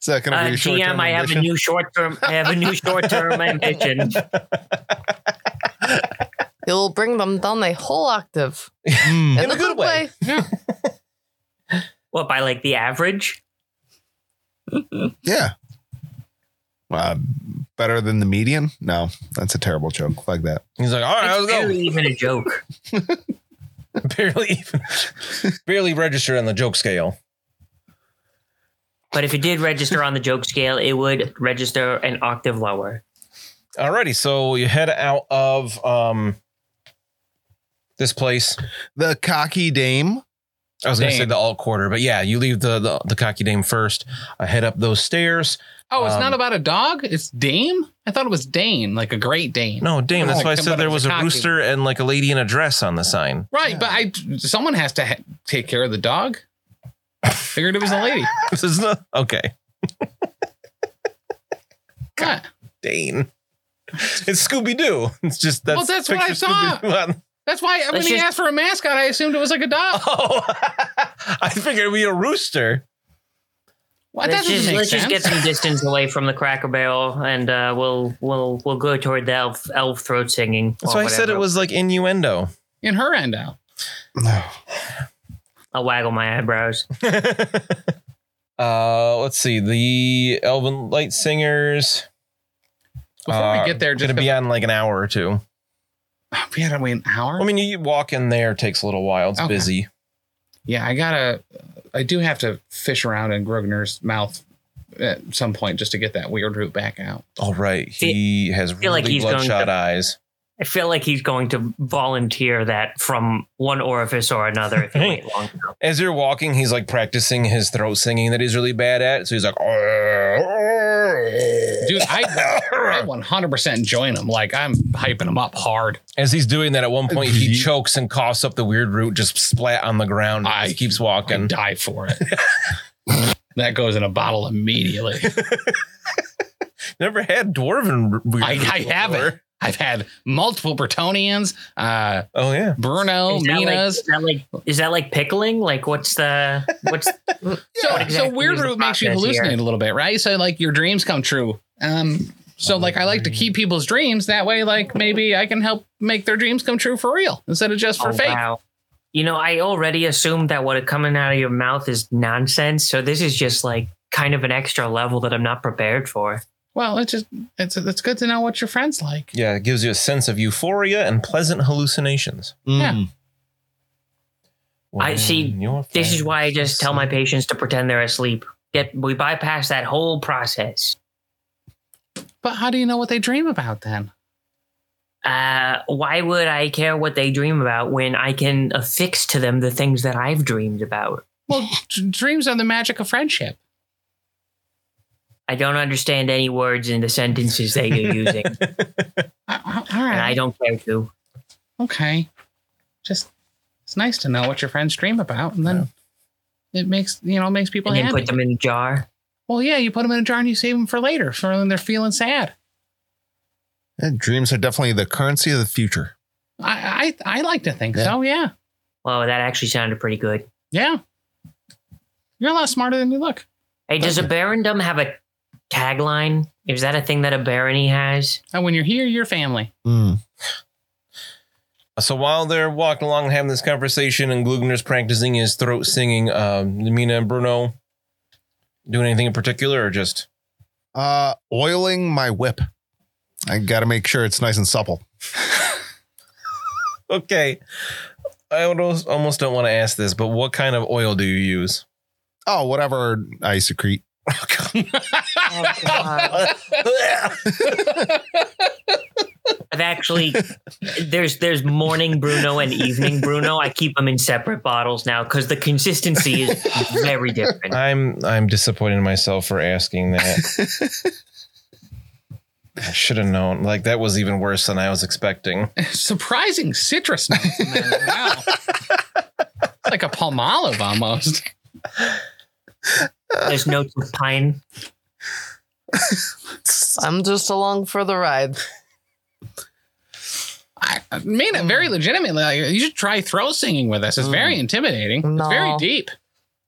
Is that going to Uh, be your short GM, term I have a new short term. I have a new short term ambition. It will bring them down a whole octave. Hmm. In, a good way. What by like the average? Yeah. Uh, better than the median? No, that's a terrible joke. Like that. he's like, all right, It's let's go. barely even a joke. barely even barely registered on the joke scale. But if it did register on the joke scale, it would register an octave lower. Alrighty, so you head out of um this place. The cocky dame. I was gonna say Dame. the alt quarter, but yeah, you leave the the, the cocky dame first. I head up those stairs. Oh, it's Um, not about a dog. It's Dame. I thought it was Dane, like a great Dane. No, damn, that's No, why I come said back there with was the a cocky. rooster and like a lady in a dress on the sign. Right, but I someone has to ha- take care of the dog. Figured it was a lady. This is not okay. Right. Dane. It's Scooby Doo. It's just that's Well, that's what I picture saw. Scooby-Doo on- That's why when he just- asked for a mascot, I assumed it was like a dog. Oh, I figured it'd be a rooster. What? That let's doesn't just, make let's sense. just get some distance away from the Cracker Barrel, and uh, we'll we'll we'll go toward the elf elf throat singing. That's or why I said whatever. it was like innuendo. In her end now. I'll waggle my eyebrows. uh, let's see. The Elven Light Singers. Before uh, we get there, just gonna be be, on like an hour or two. we had to wait an hour. I mean, you walk in there takes a little while. It's Okay. busy. Yeah, I gotta. I do have to fish around in Grugner's mouth at some point just to get that weird root back out. All right, he has feel really like he's going bloodshot to- eyes. I feel like he's going to volunteer that from one orifice or another if you wait long enough. As you're walking, he's like practicing his throat singing that he's really bad at. So he's like, Dude, I, I 100% join him. Like I'm hyping him up hard. as he's doing that, at one point he chokes and coughs up the weird root, just splat on the ground. I- He keeps I walking. die for it. that goes in a bottle immediately. Never had dwarven. r- Weird I, root I haven't. before. I've had multiple Bretonians, uh, Oh yeah. Bruno, is, that like, Minas. is that like is that like pickling? Like what's the what's So, What so exactly weird is the root makes you process hallucinate here? a little bit, right? So like your dreams come true. Um, so like I like to keep people's dreams that way. Like maybe I can help make their dreams come true for real instead of just for oh, fake. wow. You know, I already assumed that what coming out of your mouth is nonsense. So this is just like kind of an extra level that I'm not prepared for. Well, it's just it's it's good to know what your friends like. Yeah, it gives you a sense of euphoria and pleasant hallucinations. Mm. I see. When your This is why I friends just tell my listen- patients to pretend they're asleep. Get we bypass that whole process. But how do you know what they dream about then? Uh, why would I care what they dream about when I can affix to them the things that I've dreamed about? Well, d- dreams are the magic of friendship. I don't understand any words in the sentences that you're using, and I- I- All I right, don't care to. okay. Just it's nice to know what your friends dream about, and then it makes you know makes people And then happy. put them in a jar. well, yeah, you put them in a jar and you save them for later, for when they're feeling sad. Yeah, dreams are definitely the currency of the future. I I, I like to think Yeah. so. Yeah. Whoa, that actually sounded pretty good. Yeah. You're a lot smarter than you look. Hey, does a barondom have a tagline? Is that a thing that a barony has? And when you're here, you're family. Mm. So while they're walking along having this conversation and Glugner's practicing his throat singing, um, Mina and Bruno doing anything in particular or just Uh, oiling my whip. I got to make sure it's nice and supple. okay. I almost almost don't want to ask this, but what kind of oil do you use? oh, whatever I secrete. Oh, God. I've actually there's there's morning Bruno and evening Bruno. I keep them in separate bottles now because the consistency is very different. I'm I'm disappointed in myself for asking that. I should have known. Like that was even worse than I was expecting. Surprising citrus notes in there. Wow. It's like a palm olive almost. There's notes of pine. I'm just along for the ride. I I mean it very legitimately. Like, you should try throw singing with us. It's very intimidating. It's very No. deep.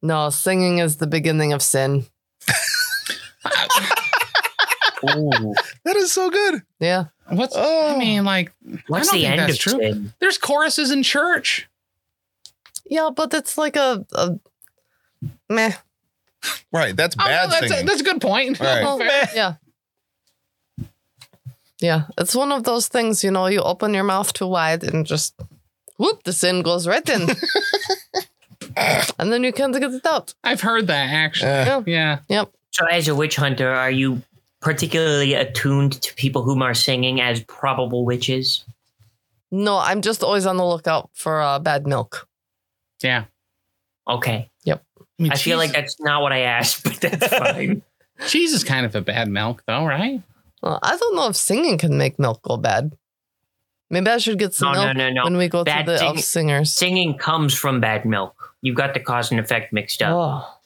No, singing is the beginning of sin. That is so good. Yeah. What's I Oh. mean, like What's don't the think end that's of true. sin? there's choruses in church. Yeah, but it's like a, a meh. Right. That's Oh, no, bad that's, A, singing. that's a good point. All right. Well, Oh, yeah. Yeah. It's one of those things, you know, you open your mouth too wide and just whoop, the sin goes right in. and then you can't get it out. I've heard that actually. Uh, Yeah. yeah. So, as a witch hunter, are you particularly attuned to people whom are singing as probable witches? No, I'm just always on the lookout for uh, bad milk. Yeah. Okay, mean, I feel cheese- like that's not what I asked, but that's fine. cheese is kind of a bad milk though, right? Well, Uh, I don't know if singing can make milk go bad. Maybe I should get No, some no, milk no, no. when we go Bad to the sing- elf singers. Singing comes from bad milk. You've got the cause and effect mixed up. Oh.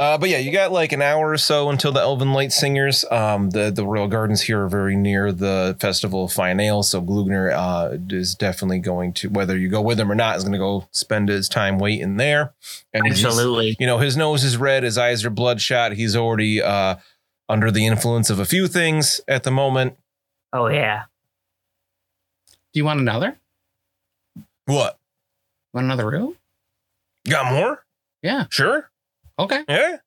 Uh, but yeah, you got like an hour or so until the Elven Light Singers. Um, the the Royal Gardens here are very near the Festival of Fine Ale, so Glugner uh, is definitely going to whether you go with him or not is going to go spend his time waiting there. Oh, And he's- Absolutely. you know his nose is red, his eyes are bloodshot. He's already uh, under the influence of a few things at the moment. Oh yeah. Do you want another? What? Want another roux? Got more? Yeah. Sure. Okay. Yeah.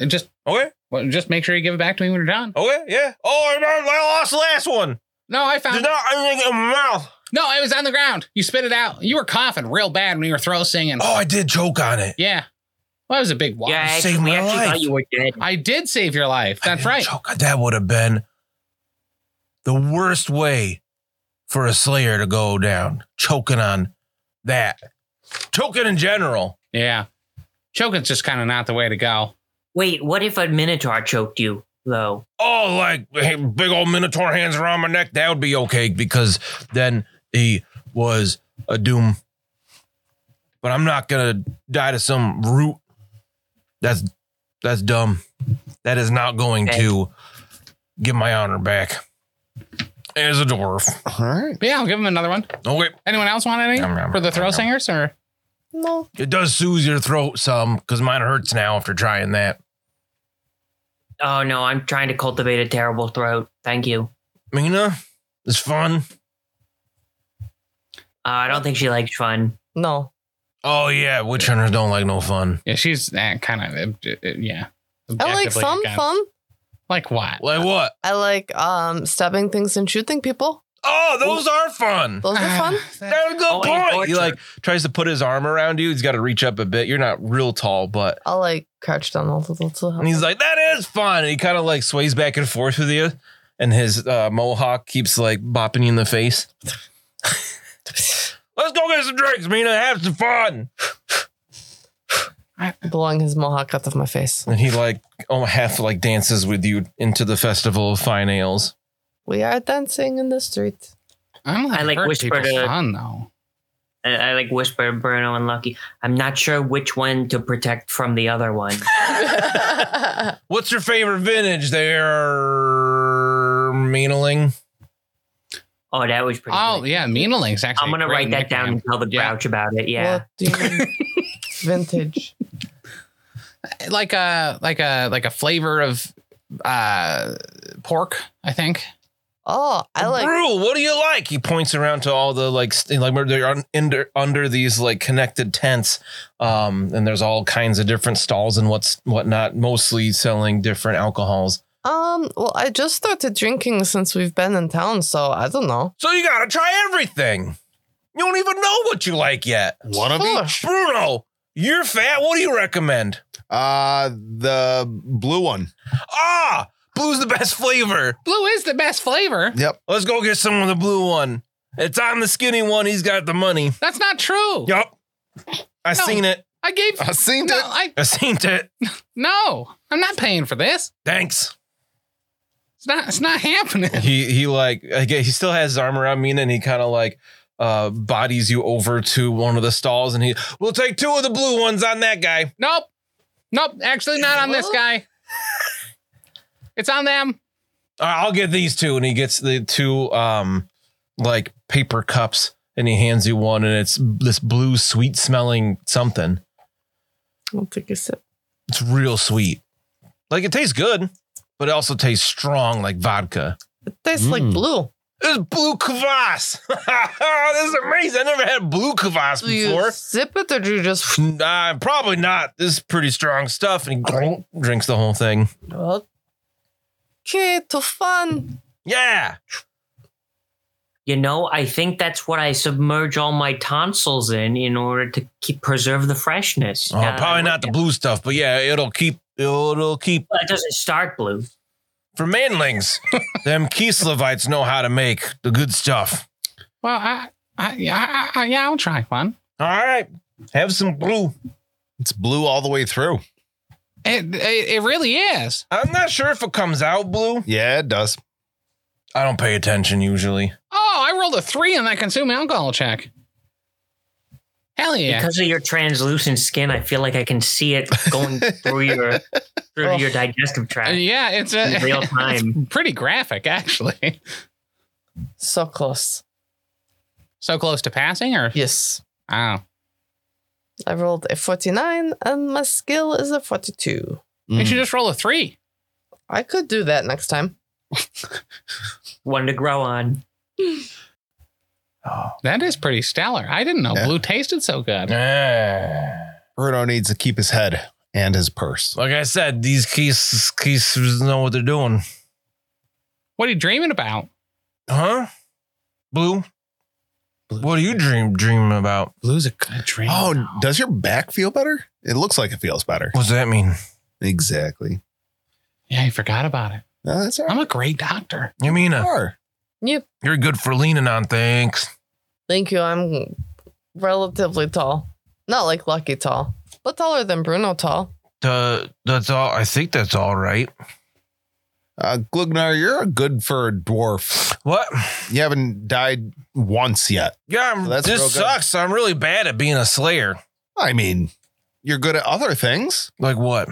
And just Okay. well, just make sure you give it back to me when you're done. Okay. Yeah. Oh, I, I lost the last one. No, I There's found not anything in my mouth. No, it was on the ground. You spit it out. You were coughing real bad when you were throw singing. Oh, I did choke on it. Yeah. Well, that was a big whopping. Yeah, I saved actually, we my actually life. thought you were dead. I did save your life. I That's didn't right. choke. That would have been the worst way for a Slayer to go down. Choking on that. Choking in general. Yeah. Choking's just kind of not the way to go. Wait, what if a minotaur choked you though? Oh, like hey, big old Minotaur hands around my neck. That would be okay because then he was a doom. But I'm not gonna die to some root. That's that's dumb. That is not going to get my honor back. As a dwarf. All right. But yeah, I'll give him another one. Okay. Anyone else want any Nom, nom, for the nom, throw nom. singers or? No. It does soothe your throat some because mine hurts now after trying that. Oh no, I'm trying to cultivate a terrible throat. Thank you. Mina, it's fun. Uh, I don't think she likes fun. No. Oh yeah, witch hunters don't like no fun. Yeah, she's eh, kind of uh, yeah. I like Objectively, some kind of- fun. Like what? Like what? I like um stabbing things and shooting people. Oh, those are fun. Those are Ah, fun. That's a good Oh, and point. He torture. like tries to put his arm around you. He's got to reach up a bit. You're not real tall, but I'll like crouch down a little to help. and he's like, "That is fun." And he kind of like sways back and forth with you, and his uh, mohawk keeps like bopping you in the face. Let's go get some drinks, Mina. Have some fun. blowing his mohawk out of my face. And he like oh half like dances with you into the festival of fine ales. We are dancing in the street. I don't I like hurt whisper people's to- fun though. I, I like whisper Bruno and Lucky. I'm not sure which one to protect from the other one. What's your favorite vintage there, Meenaling? Oh, that was pretty. Oh good. yeah, Meanaling's actually. I'm gonna a great write that down nickname. and tell the Yeah. grouch about it. Yeah. What do you mean? Vintage. Like a like a like a flavor of uh pork, I think. Oh, I like Brew, what do you like? He points around to all the like, st- like remember they're un- under under these like connected tents, um, and there's all kinds of different stalls and what's whatnot, mostly selling different alcohols. um well I just started drinking since we've been in town, so I don't know. So you gotta try everything. You don't even know what you like yet. What Bruno, You're fat. What do you recommend? Uh, the blue one. Ah, blue's the best flavor. Blue is the best flavor. Yep. Let's go get someone the blue one. It's I'm the skinny one. He's got the money. That's not true. Yup. I seen it. I gave. I seen No, it. I I seen it. no. I'm not paying for this. Thanks. It's not. It's not happening. He he like I guess he still has his arm around me and then he kind of like uh bodies you over to one of the stalls and he we'll take two of the blue ones on that guy. Nope. Nope. Actually, not on this What? guy. It's on them. All right, I'll get these two and he gets the two um like paper cups and he hands you one and it's this blue sweet smelling something. I'll take a sip. It's real sweet. Like it tastes good, but it also tastes strong like vodka. It tastes like Mm. blue. It's blue kvass. this is amazing. I never had blue kvass Do you before. sip it or do you just Nah, probably not. This is pretty strong stuff. And he glunk, drinks the whole thing. okay to fun? Yeah. You know, I think that's what I submerge all my tonsils in in order to keep preserve the freshness. Uh, Oh, Now that I probably not look the at blue stuff, but yeah, it'll keep. It'll keep Well, it doesn't start blue. for manlings. Them Kislevites know how to make the good stuff. Well, I, I, yeah, I, I, yeah, I'll try one. All right, have some blue. It's blue all the way through. It, it, it really is. I'm not sure if it comes out blue. Yeah, it does. I don't pay attention usually. Oh, I rolled a three on that consuming alcohol check. Hell yeah! Because of your translucent skin, I feel like I can see it going through your through your digestive Uh, tract yeah, it's a in real time. pretty graphic actually. So close. So close to passing, or Yes. oh, I rolled a 49 and my skill is a 42. you Mm. should just roll a three. I could do that next time. One to grow on. That is pretty stellar. I didn't know Yeah. blue tasted so good. Ah. Bruno needs to keep his head and his purse. Like I said, these Kis Kis know what they're doing, What are you dreaming about? huh? Blue. What do you dream dream about? Blue's a good dream. Oh, does your back feel better? It looks like it feels better. What's that mean? Exactly. yeah, I forgot about it. No, that's all I'm right. a great doctor. You mean uh, Sure. Yep. you're good for leaning on things? Thank you. I'm relatively tall. Not like Lucky tall, but taller than Bruno tall. Uh, that's all. I think that's all right. Uh, Glugnar, you're a good for a dwarf. What? You haven't died once yet. Yeah, I'm, Well, that's real this good. sucks. I'm really bad at being a slayer. I mean, you're good at other things. Like what?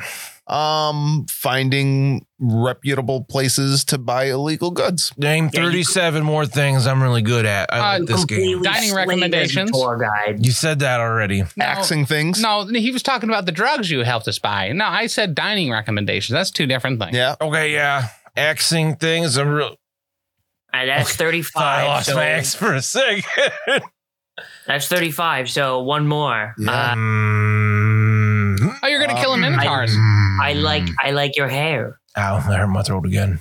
Um, finding reputable places to buy illegal goods. Name Yeah, you- 37 more things I'm really good at. I Uh, like this game. Completely Dining slayed as a recommendations? Tour guide. You said that already. No, Axing things. No, he was talking about the drugs you helped us buy. No, I said dining recommendations. That's two different things. Yeah. Okay, yeah. Axing things. I'm real. And Uh, that's I 35. lost so my axe for a second. That's 35. So one more. Uh, Mm. Oh, you're gonna kill a Um, minotaur. I like I like your hair. Mm-hmm. Ow, I hurt my throat again.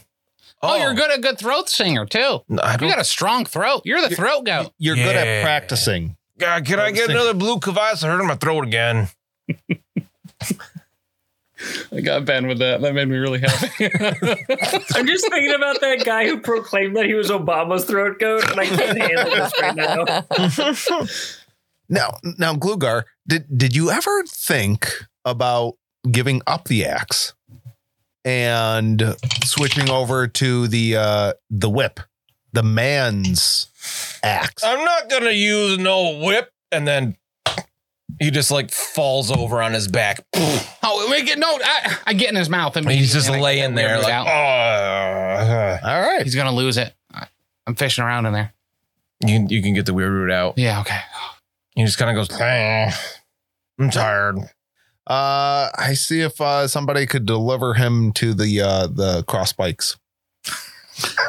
Oh, you're good a good throat singer too. No, I You don't, got a strong throat. You're the throat goat. You're good Yeah. at practicing. God, can I get another blue kvass? I hurt my throat again. I got Ben with that. That made me really happy. I'm just thinking about that guy who proclaimed that he was Obama's throat goat, and I can't handle this right now. Now, now, Glugar, did did you ever think about giving up the axe and switching over to the uh, the whip, the man's axe? I'm not gonna use no whip. And then he just like falls over on his back. oh, we get no. I, I get in his mouth and He's just laying there like, oh. All right, he's gonna lose it. I- I'm fishing around in there. You can, you can get the weird root out. Yeah. Okay. He just kind of goes, "Ah, I'm tired. uh, I see if uh, somebody could deliver him to the uh, the cross bikes.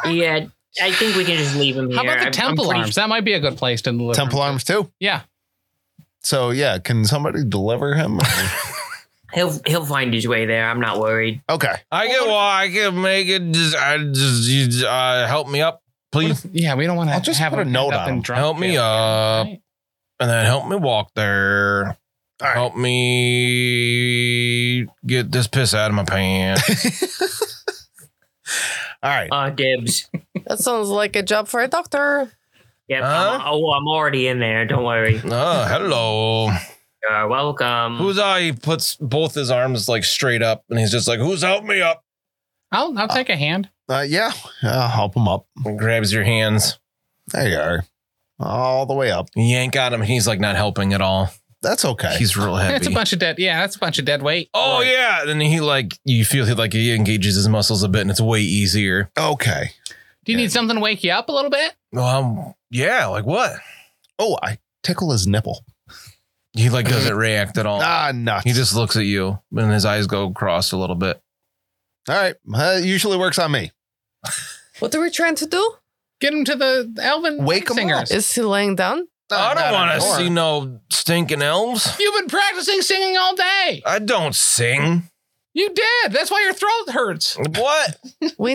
Yeah, I think we can just leave him here. How about I'm- the I'm temple pretty- arms? That might be a good place to deliver. Temple arms too. Yeah. So yeah, can somebody deliver him? He'll he'll find his way there. I'm not worried. okay. I get why I can make it. Just, I just, you, uh, help me up, please. Yeah, we don't want to. I'll just have put a him end note up on in him. drunk Help me jail. up. Right. And then help me walk there. All right. Help me get this piss out of my pants. All right. Uh, dibs. That sounds like a job for a doctor. Yep. Huh? I'm, oh, I'm already in there. Don't worry. oh, hello. You're welcome. Who's I? He puts both his arms like straight up and he's just like, Who's help me up? I'll I'll take a hand. Uh, yeah. I'll help him up. And grabs your hands. There you are. All the way up. Yank at him. He's like not helping at all. That's okay. He's real heavy. That's a bunch of dead. Yeah, that's a bunch of dead weight. Oh Right. yeah, then he like you feel he like he engages his muscles a bit, and it's way easier. okay. Do you yeah. need something to wake you up a little bit? Um, yeah, like what? Oh, I tickle his nipple. He like doesn't react at all. Ah, nuts. Oh. He just looks at you, and his eyes go crossed a little bit. All right. Uh, usually works on me. What are we trying to do? Get him to the Elven Wake 'em singers. Is he laying down? Not I don't want to anymore. see no stinking elves. You've been practicing singing all day. I don't sing. You did. That's why your throat hurts. What? We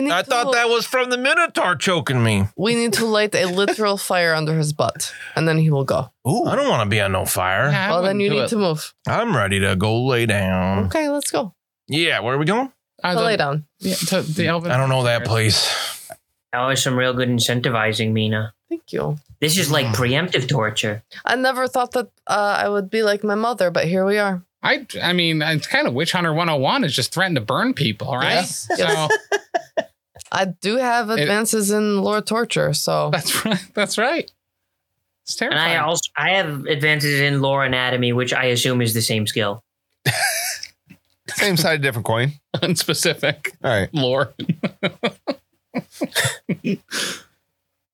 need I to, thought that was from the Minotaur choking me. we need to light a literal fire under his butt, and then he will go. Ooh, I don't want to be on no fire. Yeah, I well, then wouldn't you do need it. Mm. to move. I'm ready to go lay down. Okay, let's go. Yeah, where are we going? Uh, I'll lay the, down. yeah, to the Elven. I don't know that place. that was some real good incentivizing, Mina. Thank you. This is Hmm. like preemptive torture. I never thought that uh, I would be like my mother, but here we are. I I mean, it's kind of Witch Hunter 101 is just threaten to burn people, all right? So I do have It- advances in lore torture, so that's right. That's right. It's And terrifying. I also I have advances in lore anatomy, which I assume is the same skill. Same side, different coin. Unspecific All right. lore.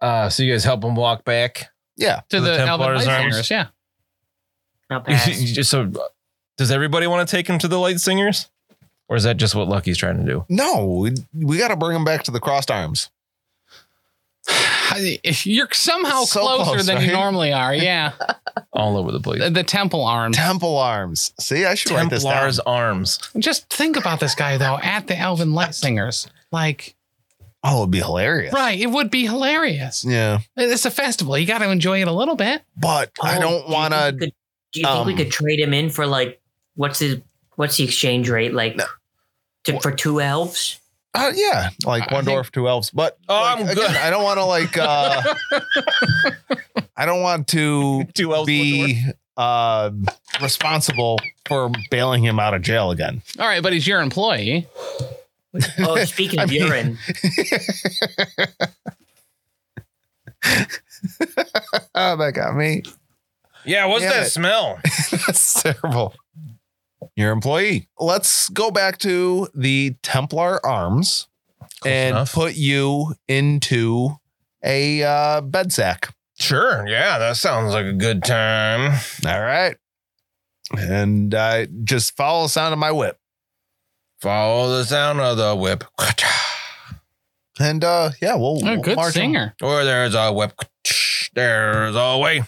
Uh, so you guys help him walk back. Yeah. To The the, Elven Templar's Light arms. Singers, yeah. I'll pass. Just so, uh, does everybody want to take him to the light singers, or is that just what Lucky's trying to do? No, we, we got to bring him back to the crossed arms. If You're somehow So closer close, than you right? normally are, yeah. All over the place. The, the Temple arms. Temple arms. See, I should write this down. Templar's arms. Just think about this guy though at the Elven Light Singers. Like, Oh, it'd be hilarious. right, it would be hilarious. Yeah. It's a festival. You got to enjoy it a little bit. But I Oh, don't do you want to. think we could- Do you think we um, could trade him in for like what's his what's the exchange rate like No. to, for two elves? Uh, yeah, like I one think- dwarf, two elves. But Oh, like, I'm again, good. I don't want to like. Uh, I don't want to Two elves. one be uh, responsible for bailing him out of jail again. All right, but he's your employee. Oh, speaking I of mean- urine, Oh, that got me. dwarf. Yeah, what's Damn that it. smell? That's terrible. Your employee. Let's go back to the Templar arms and enough. put you into a uh, bed sack. Sure. Yeah, that sounds like a good time. All right. And uh, just follow the sound of my whip. Follow the sound of the whip, And uh, yeah, we'll. A we'll good march 'em. singer. or there's a whip. There's a way.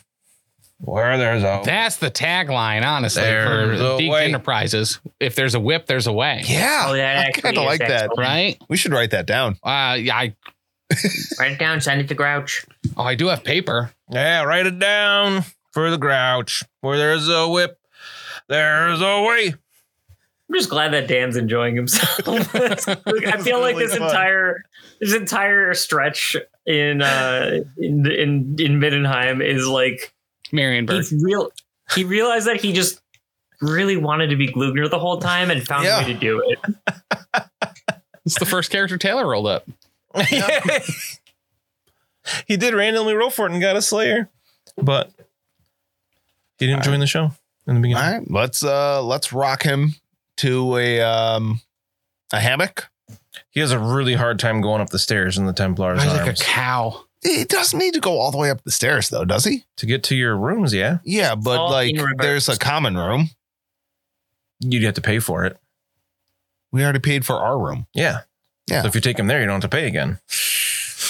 Where there's a That's the tagline, honestly, There's for a Deep way. Enterprises. If there's a whip, there's a way. Yeah. oh, that I actually kinda is like that. excellent. Right? We should write that down. Uh, yeah, I Write it down, send it to Grouch. oh, I do have paper. Yeah, write it down for the grouch. Where there's a whip, there's a way. I'm just glad that Dan's enjoying himself. Like, I feel like really this fun. entire this entire stretch in uh in in in Middenheim is like Marion Bird. he's real he realized that he just really wanted to be Glugner the whole time and found Yeah. a way to do it. It's the first character Taylor rolled up. he did randomly roll for it and got a slayer, but he didn't join the show in the All beginning. right, let's uh let's rock him to a um a hammock. He has a really hard time going up the stairs in the Templar's I was like a arms. cow. He doesn't need to go all the way up the stairs though, does he? to get to your rooms, yeah, Yeah, but All like in reverse. there's a common room. you'd have to pay for it. We already paid for our room. Yeah. Yeah. So if you take him there, you don't have to pay again.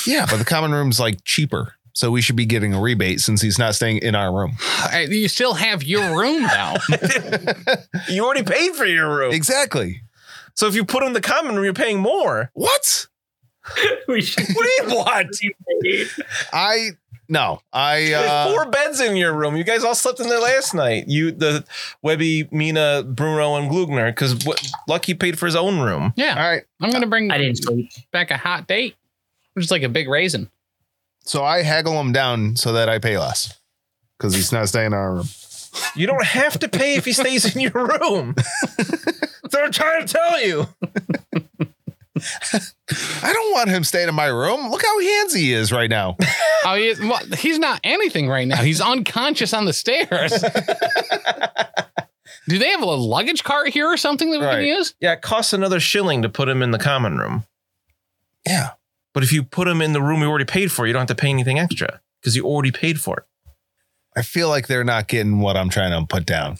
Yeah, but the common room's like cheaper. So we should be getting a rebate since he's not staying in our room. I- You still have your room now. You already paid for your room. exactly. So if you put him in the common room, you're paying more. What? we should What do you want? I No, I There's uh, four beds in your room. You guys all slept in there last night. You, the Webby, Mina, Bruno, and Glugner, because Lucky paid for his own room. all Yeah, right. I'm gonna bring I didn't sleep. back a hot date, just like a big raisin. So I haggle him down so that I pay less because he's not staying in our room. You don't have to pay if he stays in your room. That's what I'm trying to tell you. I don't want him staying in my room. Look how handsy he is right now. Oh, he, well, he's not anything right now. He's unconscious on the stairs. Do they have a luggage cart here or something that we Right. can use? Yeah, it costs another shilling to put him in the common room. Yeah. But if you put him in the room you already paid for, you don't have to pay anything extra because you already paid for it. I feel like they're not getting what I'm trying to put down.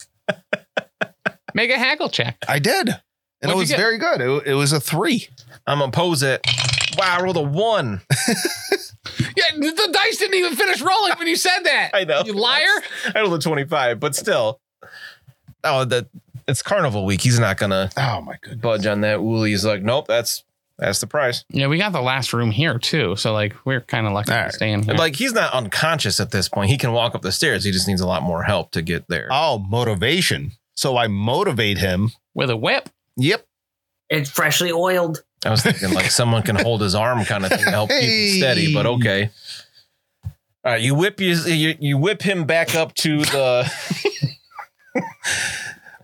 Make a haggle check. I did. And What'd it you was get? very good. It, it was a three. I'm gonna pose it. Wow, I rolled a one. Yeah, the dice didn't even finish rolling when you said that. I know. You liar. I rolled a 25, but still. Oh, that it's carnival week. He's not gonna Oh my goodness. budge on that. Wooly's like, nope, that's that's the price. Yeah, we got the last room here too, so like we're kind of lucky All to right. stay in here. And like he's not unconscious at this point. He can walk up the stairs. He just needs a lot more help to get there. Oh, motivation. So I motivate him. with a whip. Yep. It's freshly oiled. I was thinking like someone can hold his arm kind of thing to help keep him steady, but okay. All right, you whip you, you you whip him back up to the.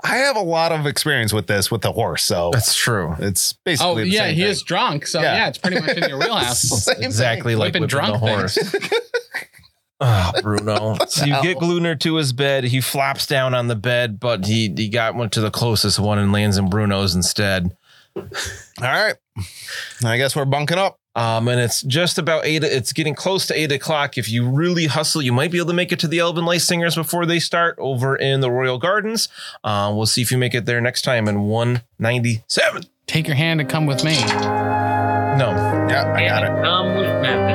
I have a lot of experience with this with the horse. So That's true. it's Oh basically the yeah, same he thing. is drunk, so Yeah. yeah, it's pretty much in your wheelhouse. Same thing. exactly like Whipping whipping drunk the horse. Ah, Bruno. So you get Gluner to his bed. He flops down on the bed, but he he got one to the closest one and lands in Bruno's instead. All right. I guess we're bunking up. Um, and it's just about eight. It's getting close to eight o'clock. If you really hustle, you might be able to make it to the Elven Light Singers before they start over in the Royal Gardens. Um, we'll see if you make it there next time in one ninety seven. Take your hand and come with me. No, Yeah, I got it. Come with Mappin.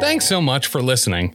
Thanks so much for listening.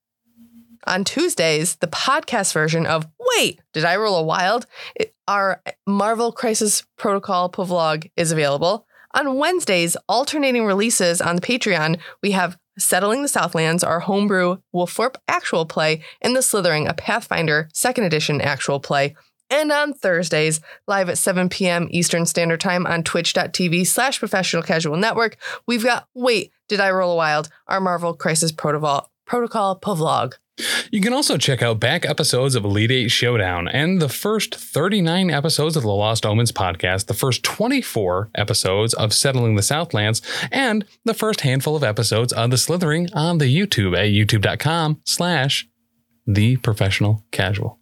On Tuesdays, the podcast version of Wait, Did I Roll a Wild? It- Our Marvel Crisis Protocol Povlog is available. On Wednesdays, alternating releases on the Patreon, we have Settling the Southlands, our homebrew Wolforp actual play, and The Slithering, a Pathfinder second edition actual play. And on Thursdays, live at 7 p.m. Eastern Standard Time on twitch.tv slash professional casual network, we've got Wait, Did I Roll a Wild? Our Marvel Crisis Protocol, Protocol Povlog. You can also check out back episodes of Elite Eight Showdown and the first 39 episodes of the Lost Omens podcast, the first 24 episodes of Settling the Southlands, and the first handful of episodes of The Slithering on the YouTube at youtube.com slash the professional casual.